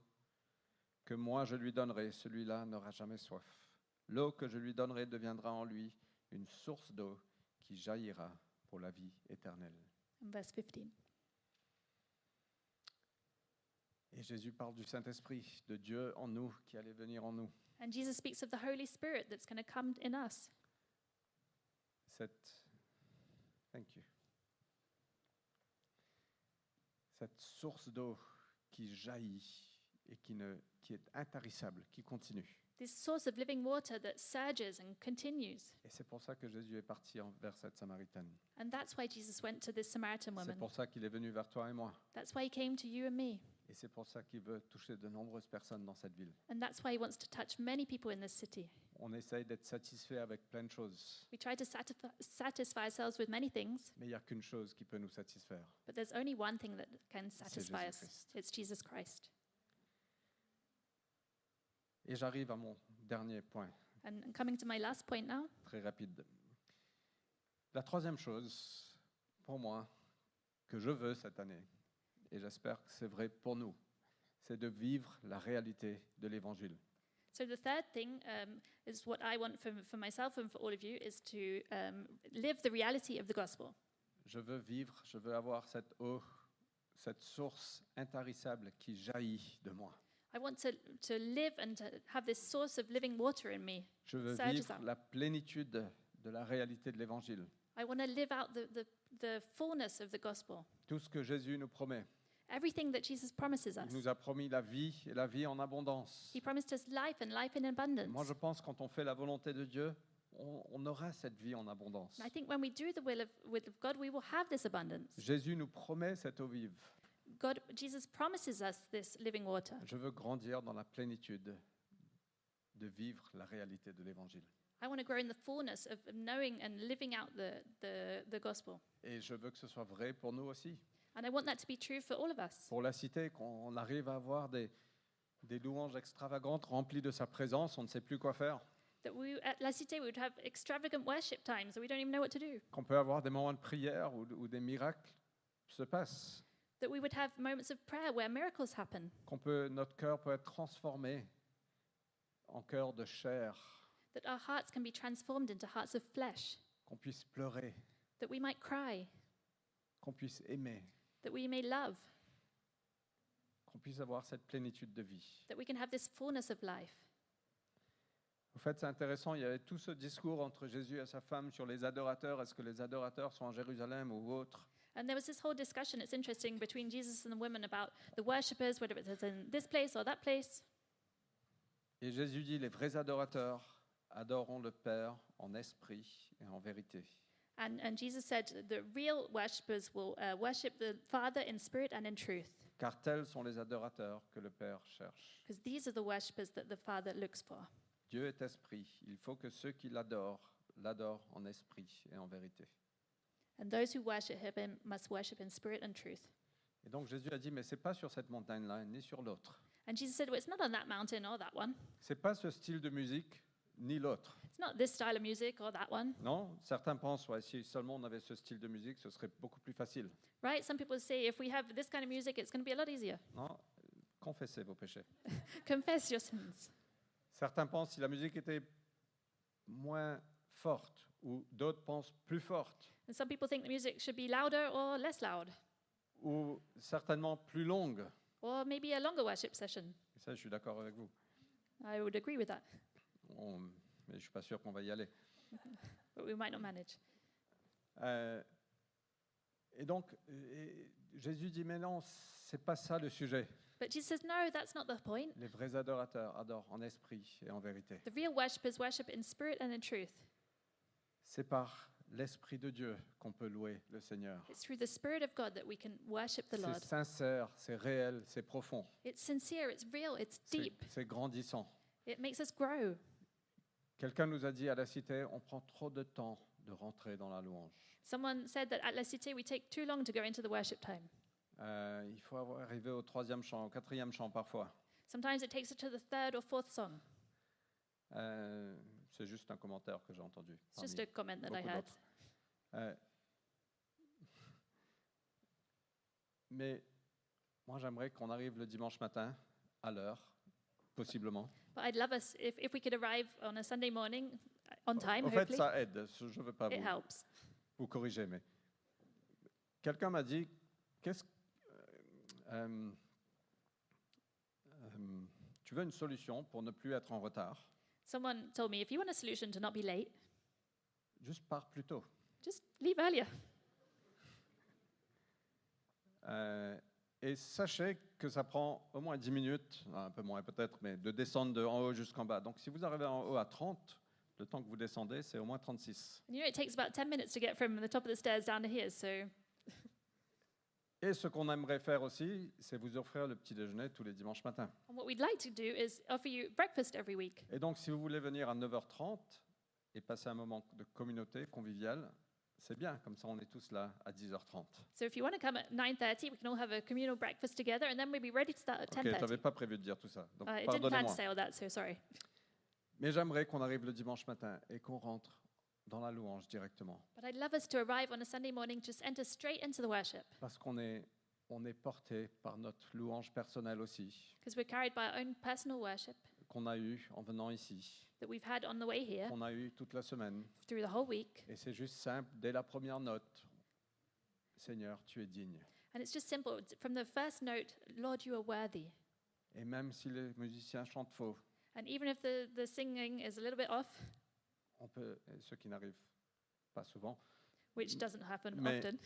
que moi je lui donnerai, celui-là n'aura jamais soif. L'eau que je lui donnerai deviendra en lui une source d'eau qui jaillira pour la vie éternelle.
And verse 15.
Et Jésus parle du Saint-Esprit, de Dieu en nous, qui allait venir en nous.
And Jesus speaks of the Holy Spirit that's going to come in us.
Cette, thank you. Cette source d'eau qui jaillit et qui, ne, qui est intarissable, qui continue.
This source of living water that surges and continues.
Et c'est pour ça que Jésus est parti en- vers cette Samaritaine.
And that's why Jesus went to this Samaritan
C'est
woman.
pour ça qu'il est venu vers toi et moi.
That's why he came to you and me.
Et c'est pour ça qu'il veut toucher de nombreuses personnes dans cette ville.
And that's why he wants to touch many people in this city.
On essaye d'être satisfait avec plein de choses,
We try to satisfy, satisfy ourselves with many things,
mais il n'y a qu'une chose qui peut nous satisfaire.
but there's only one thing that can satisfy us
Christ.
it's Jesus Christ.
Et j'arrive à mon dernier point,
And and coming to my last point now,
très rapide. La troisième chose, pour moi, que je veux cette année, et j'espère que c'est vrai pour nous, c'est de vivre la réalité de l'Évangile.
so the third thing um, is what I want for, for myself and for all of you is to um, live the reality of the gospel.
Je veux vivre, je veux avoir cette eau, cette source intarissable qui jaillit de moi.
I want to, to live and to have this source of living water in me.
Je veux
Ça, je
vivre
sens.
la plénitude de la réalité de l'Évangile.
I want to live out the, the, the fullness of the gospel.
Tout ce que Jésus nous promet.
Everything that Jesus promises us.
Il nous a promis la vie et la vie en abondance.
He promised us life and life in abundance.
Moi, je pense quand on fait la volonté de Dieu, on, on aura cette vie en abondance.
And I think when we do the will of, will of God, we will have this abundance.
Jésus nous promet cette eau vive.
God, Jesus promises us this living water.
Je veux grandir dans la plénitude de vivre la réalité de l'Évangile.
I want to grow in the fullness of of knowing and living out the, the, the gospel.
Et je veux que ce soit vrai pour nous aussi.
And I want that to be true for all of us.
Pour la cité, qu'on arrive à avoir des, des louanges extravagantes remplies de sa présence, on ne sait plus quoi faire.
That we at La Cité we would have extravagant worship times that we don't even know what to do.
Qu'on peut avoir des moments de prière où, où des miracles se passent.
That we would have moments of prayer where miracles happen.
Qu'on peut, notre cœur peut être transformé en cœur de chair.
That our hearts can be transformed into hearts of flesh.
qu'on puisse pleurer,
That we might cry.
qu'on puisse aimer,
That we may love.
qu'on puisse avoir cette plénitude de vie.
That we can have this fullness of life.
En fait, c'est intéressant, il y avait tout ce discours entre Jésus et sa femme sur les adorateurs, est-ce que les adorateurs sont à Jérusalem ou autre
And there was this whole discussion, it's interesting, between Jesus and the women about the worshippers, whether it's in this place or that place.
Et Jésus dit, les vrais adorateurs adoreront le Père en esprit et en vérité.
And, and Jesus said, The real worshippers will uh, worship the Father in spirit and in truth,
Car tels sont les adorateurs que le Père cherche.
because these are the worshippers that the Father looks for.
Dieu est esprit, il faut que ceux qui l'adorent l'adorent en esprit et en vérité.
And those who worship him must worship in spirit and truth.
Et donc Jésus a dit, mais c'est pas sur cette montagne-là, ni sur l'autre.
And Jesus said, Well, it's not on that mountain or that one.
C'est pas ce style de musique, ni l'autre.
It's not this style of music or that one,
Non, certains pensent, ouais, si seulement on avait ce style de musique, ce serait beaucoup plus facile.
right? Some people say, If we have this kind of music, it's going to be a lot easier.
Non, euh, confessez vos péchés.
Confess your sins.
Certains pensent si la musique était moins forte, ou d'autres pensent plus forte,
And some people think the music should be louder or less loud,
ou certainement plus longue.
or maybe a longer worship session.
Et ça, je suis d'accord avec vous.
I would agree with that,
On- mais je ne suis pas sûr qu'on va y aller.
but we might not manage.
Euh, et donc, et Jésus dit, mais non, c'est pas ça le sujet.
But Jesus says, No, that's not the point.
Les vrais adorateurs adorent en esprit et en vérité.
The real worshippers worship in spirit and in truth.
C'est par l'Esprit de Dieu qu'on peut louer le Seigneur.
It's through the Spirit of God that we can worship the Lord.
C'est sincère, c'est réel, c'est profond,
It's sincere, it's real, it's
c'est-
deep.
c'est grandissant.
It makes us grow.
Quelqu'un nous a dit à la cité, on prend trop de temps de rentrer dans la louange.
Someone said that at La Cité we take too long to go into the worship time.
Euh, il faut avoir- arriver au troisième chant, au quatrième chant parfois.
Sometimes it takes us to the third or fourth song.
Euh, c'est juste un commentaire que j'ai entendu.
It's just a
parmi
comment that I
beaucoup
had.
d'autres. Euh, mais moi, j'aimerais qu'on arrive le dimanche matin à l'heure, possiblement.
But I'd love us if, if we could arrive on a Sunday morning uh, on time,
en fait,
hopefully.
ça aide. Je ne veux pas
It
vous,
helps.
vous corrigez, mais quelqu'un m'a dit, qu'est-ce euh, euh, tu veux une solution pour ne plus être en retard
Someone told me if you want a solution to not be late,
Juste pars plus tôt.
just leave earlier.
Euh, et sachez que ça prend au moins 10 minutes, un peu moins peut-être, mais de descendre de en haut jusqu'en bas. Donc si vous arrivez en haut à 30, le temps que vous descendez, c'est au moins 36.
And you know, it takes about 10 minutes to get from the top of the stairs down to here. So
Et ce qu'on aimerait faire aussi, c'est vous offrir le petit déjeuner tous les dimanches matins.
And what we'd like to do is offer you breakfast every week.
Et donc, si vous voulez venir à 9h30 et passer un moment de communauté conviviale, C'est bien, comme ça on est tous là à 10h30.
So if you want to come at 9.30, we can all have a communal breakfast together and then we'll be ready to start at
Ok, je
10.30.
n'avais pas prévu de dire tout ça, donc
Uh, I didn't plan to
pardonnez-moi.
say all that, so sorry.
Mais j'aimerais qu'on arrive le dimanche matin et qu'on rentre dans la louange directement,
But I'd love us to arrive on a Sunday morning, just enter straight into the worship
parce qu'on est, on est porté par notre louange personnelle aussi,
because we're carried by our own personal worship
qu'on a eue en venant ici,
that we've had on the way here
qu'on a eue toute la semaine.
through the whole week.
Et c'est juste simple, dès la première note, Seigneur, tu es digne.
And it's just simple. It's From the first note, Lord, you are worthy.
Et même si les musiciens chantent faux,
And even if the, the singing is a little bit off,
on peut, et ce qui n'arrive pas souvent,
which doesn't happen
Mais-
often,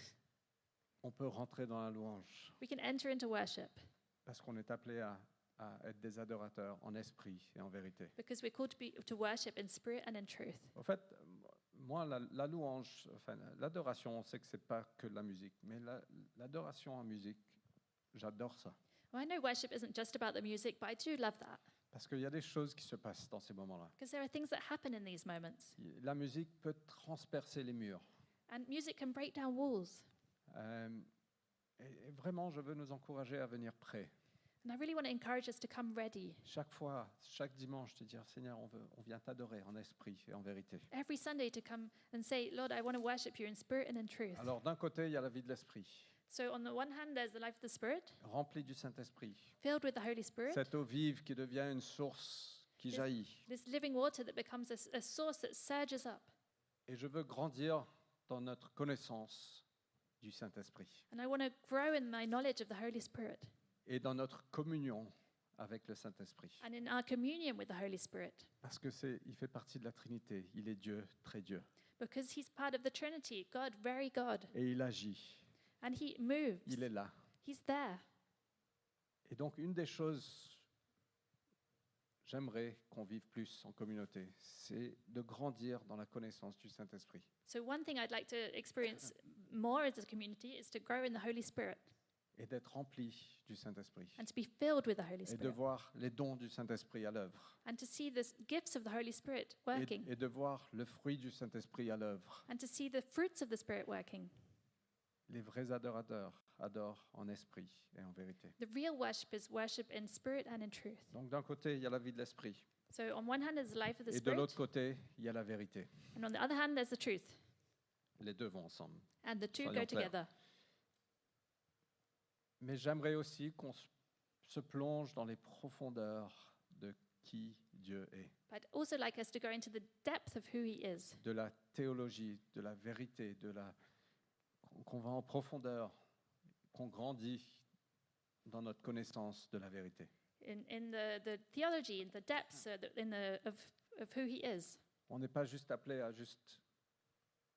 on peut rentrer dans la louange,
we can enter into worship
parce qu'on est appelé à, à être des adorateurs en esprit et en vérité.
because we're called to, be, to worship in spirit and in truth.
En fait, euh, moi, la, la louange, enfin, la- l'adoration, on sait que c'est pas que de la musique, mais la- l'adoration en musique, j'adore ça.
Well, I know worship isn't just about the music, but I do love that
Parce qu'il y a des choses qui se passent dans ces moments-là.
because there are things that happen in these moments.
Y- La musique peut transpercer les murs.
And music can break down walls.
Euh, et, et vraiment, je veux nous encourager à venir près.
And I really want to encourage us to come ready.
Chaque fois, chaque dimanche, te dire Seigneur, on, veut, on vient t'adorer en esprit et en vérité.
Every Sunday to come and say, Lord, I want to worship you in spirit and in truth.
Alors, d'un côté, il y a la vie de l'esprit,
So, on the one hand, there's the life of the Spirit,
remplie du Saint-Esprit,
filled with the Holy Spirit,
cette eau vive qui devient une source qui
Yes.
jaillit.
this living water that becomes a, s- a source that surges up.
Et je veux grandir dans notre connaissance du Saint-Esprit
And I want to grow in my knowledge of the Holy Spirit
et dans notre communion avec le Saint-Esprit.
and in our communion with the Holy Spirit
Parce que c'est, il fait partie de la Trinité. Il est Dieu, très Dieu.
because He's part of the Trinity, God, very God.
Et il agit.
And He moves,
Il est là.
He's there.
Et donc, une des choses, j'aimerais qu'on vive plus en communauté, c'est de grandir dans la connaissance du Saint-Esprit.
So, one thing I'd like to experience more as a community is to grow in the Holy Spirit
Et d'être rempli du Saint-Esprit.
and to be filled with the Holy
Et de
Spirit.
voir les dons du Saint-Esprit à l'œuvre.
and to see the s- gifts of the Holy Spirit
Et,
working
et de voir le fruit du Saint-Esprit à l'œuvre.
and to see the fruits of the Spirit working.
Les vrais adorateurs adorent en esprit et en vérité.
The real worship is worship in spirit and in truth.
Donc d'un côté, il y a la vie de l'esprit,
So, on one hand, there's the life of the
et de
Spirit,
l'autre côté, il y a la vérité.
and on the other hand, there's the truth.
Les deux vont ensemble.
And the two
Soyons
go
clairs.
together.
Mais j'aimerais aussi qu'on s- se plonge dans les profondeurs de qui Dieu est,
But I'd also like us to go into the depth of who He is,
de la théologie, de la vérité, de la qu'on- qu'on va en profondeur, qu'on grandit dans notre connaissance de la vérité.
in, in the, the theology, in the depths uh, the, in the, of, of who He is.
On n'est pas juste appelé à juste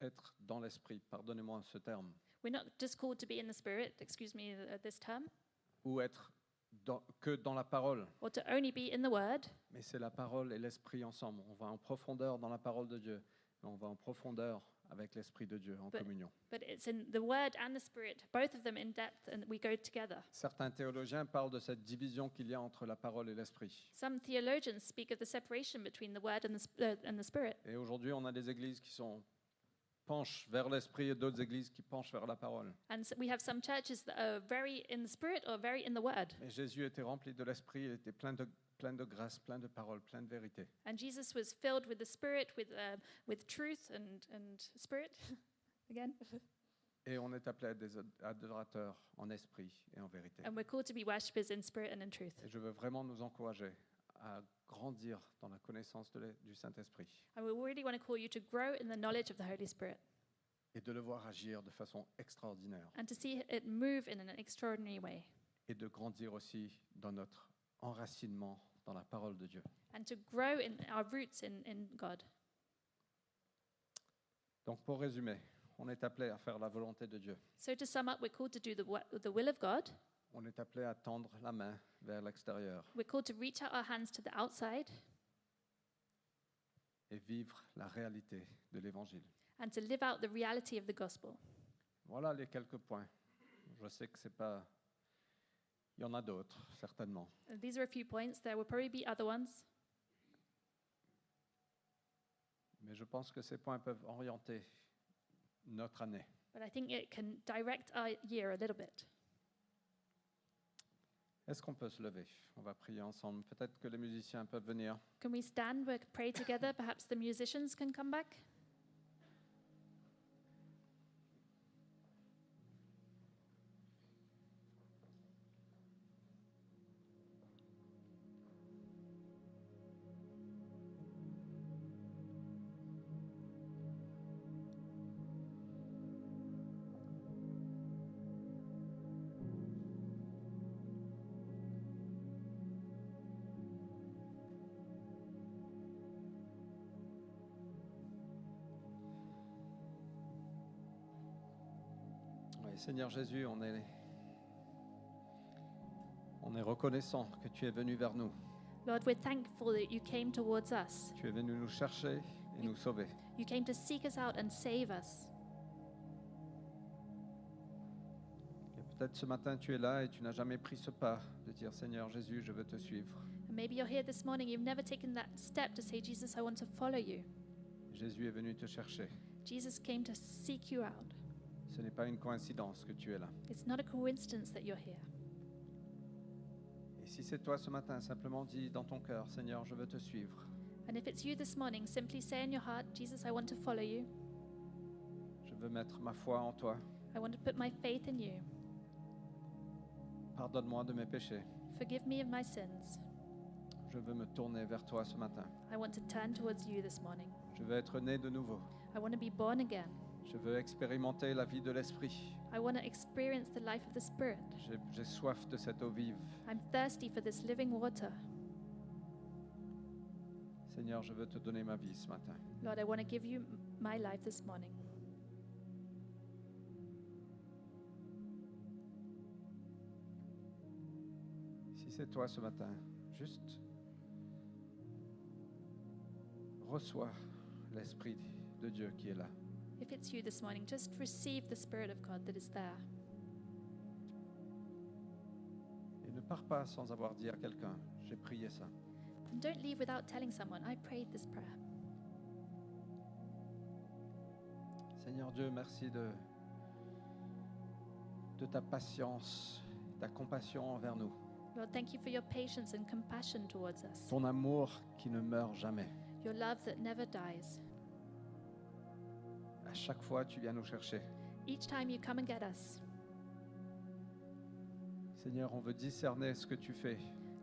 être dans l'esprit, pardonnez-moi ce terme,
We're not just called to be in the Spirit, excuse me, uh, this term,
ou être dans- que dans la parole.
or to only be in the Word,
Mais c'est la parole et l'esprit ensemble. On va en profondeur dans la parole de Dieu, mais on va en profondeur avec l'esprit de Dieu en
But-
communion.
but it's in the Word and the Spirit, both of them in depth, and we go together.
Certains théologiens parlent de cette division qu'il y a entre la parole et l'esprit.
Some theologians speak of the separation between the Word and the, sp- uh, and the Spirit.
Et aujourd'hui, on a des églises qui sont penchent vers l'esprit et d'autres églises qui penchent vers la parole.
And s we have some churches that are very in the Spirit or very in the Word.
Mais Jésus était rempli de l'esprit, il était plein de plein de grâce, plein de parole, plein de vérité.
And Jesus was filled with the Spirit, with, uh, with truth and, and Spirit. Again.
Et on est appelé à des ad- adorateurs en esprit et en vérité.
And we're called to be worshippers in spirit and in truth.
Et je veux vraiment nous encourager à grandir dans la connaissance de l'e- du Saint-Esprit.
And we really want to call you to grow in the knowledge of the Holy Spirit
et de le voir agir de façon extraordinaire
and to see it move in an extraordinary way
et de grandir aussi dans notre enracinement dans la parole de Dieu.
and to grow in our roots in, in God.
Donc pour résumer, on est appelé à faire la volonté de Dieu.
So, to sum up, we're called to do the, wo- the will of God.
On est appelé à tendre la main vers l'extérieur
We're called to reach out our hands to the outside
et vivre la réalité de l'évangile.
and to live out the reality of the gospel.
Voilà les quelques points. Je sais que c'est pas il y en a d'autres certainement.
Uh, These are a few points. There will probably be other ones,
Mais je pense que ces points peuvent orienter notre année.
but I think it can direct our year a little bit.
Est-ce qu'on peut se lever On va prier ensemble. Peut-être que les musiciens peuvent venir.
Can we stand? We pray together. Perhaps the musicians can come back.
Oui, Seigneur Jésus, on est, on est reconnaissant que tu es venu vers nous.
Lord, we're thankful that you came towards us.
Tu es venu nous chercher et nous sauver.
You came to seek us out and save us.
Et peut-être ce matin, tu es là et tu n'as jamais pris ce pas de dire Seigneur Jésus, je veux te suivre.
And maybe you're here this morning, you've never taken that step to say, Jesus, I want to follow you.
Jésus est venu te chercher.
Jesus came to seek you out.
Ce n'est pas une coïncidence que tu es là.
It's not a coincidence that you're here.
Et si c'est toi ce matin, simplement dis dans ton cœur Seigneur, je veux te suivre.
And if it's you this morning, simply say in your heart, Jesus, I want to follow you.
Je veux mettre ma foi en toi.
I want to put my faith in you.
Pardonne-moi de mes péchés.
Forgive me of my sins.
Je veux me tourner vers toi ce matin.
I want to turn towards you this morning.
Je veux être né de nouveau.
I want to be born again.
Je veux expérimenter la vie de l'esprit.
I want to experience the life of the Spirit.
J'ai j'ai soif de cette eau vive.
I'm thirsty for this living water.
Seigneur, je veux te donner ma vie ce matin.
Lord, I want to give you m- my life this morning.
Si c'est toi ce matin, juste reçois l'esprit de Dieu qui est là.
If it's you this morning, just receive the Spirit of God that is there.
Et ne pars pas sans avoir dit à quelqu'un, j'ai prié ça.
And don't leave without telling someone, I prayed this prayer.
Seigneur Dieu, merci de, de ta patience, ta compassion envers nous,
Lord, thank you for your patience and compassion towards us,
ton amour qui ne meurt jamais.
your love that never dies.
À chaque fois, tu viens nous chercher.
Each time you come and get us,
Seigneur, on veut discerner ce que tu fais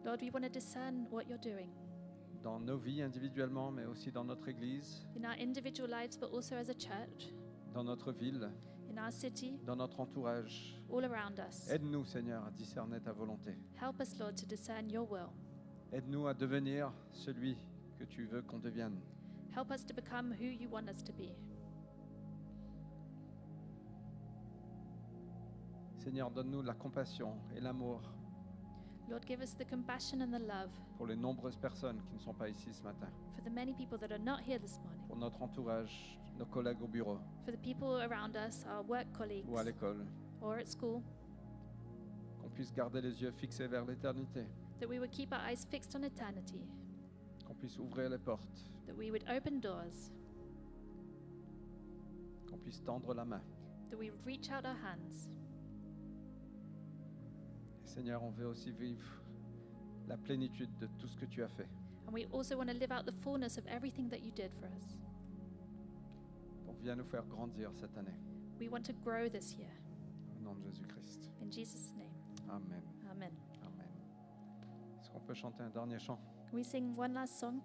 Lord, we want to discern what you're doing
dans nos vies individuellement, mais aussi dans notre Église,
in our individual lives, but also as a church,
dans notre ville,
in our city,
dans notre entourage.
all around us.
Aide-nous, Seigneur, à discerner ta volonté.
Help us, Lord, to discern your will.
Aide-nous à devenir celui que tu veux qu'on devienne.
Help us to become who you want us to be.
Seigneur, donne-nous la compassion et l'amour
Lord, give us the compassion and the love
pour les nombreuses personnes qui ne sont pas ici ce matin,
for the many people that are not here this morning,
pour notre entourage, nos collègues au bureau
for the people around us, our work colleagues,
ou à l'école.
or at school,
Qu'on puisse garder les yeux fixés vers l'éternité,
that we would keep our eyes fixed on eternity,
qu'on puisse ouvrir les portes,
that we would open doors,
qu'on puisse tendre la main.
that we would reach out our hands.
Et Seigneur, on veut aussi vivre la plénitude de tout ce que tu as fait.
And we also want to live out the fullness of everything that you did for us.
Donc viens nous faire grandir cette année.
We want to grow this year.
Au nom de Jésus-Christ.
In Jesus' name,
Amen.
amen.
Amen. Est-ce qu'on peut chanter un dernier chant
Can we sing one last song?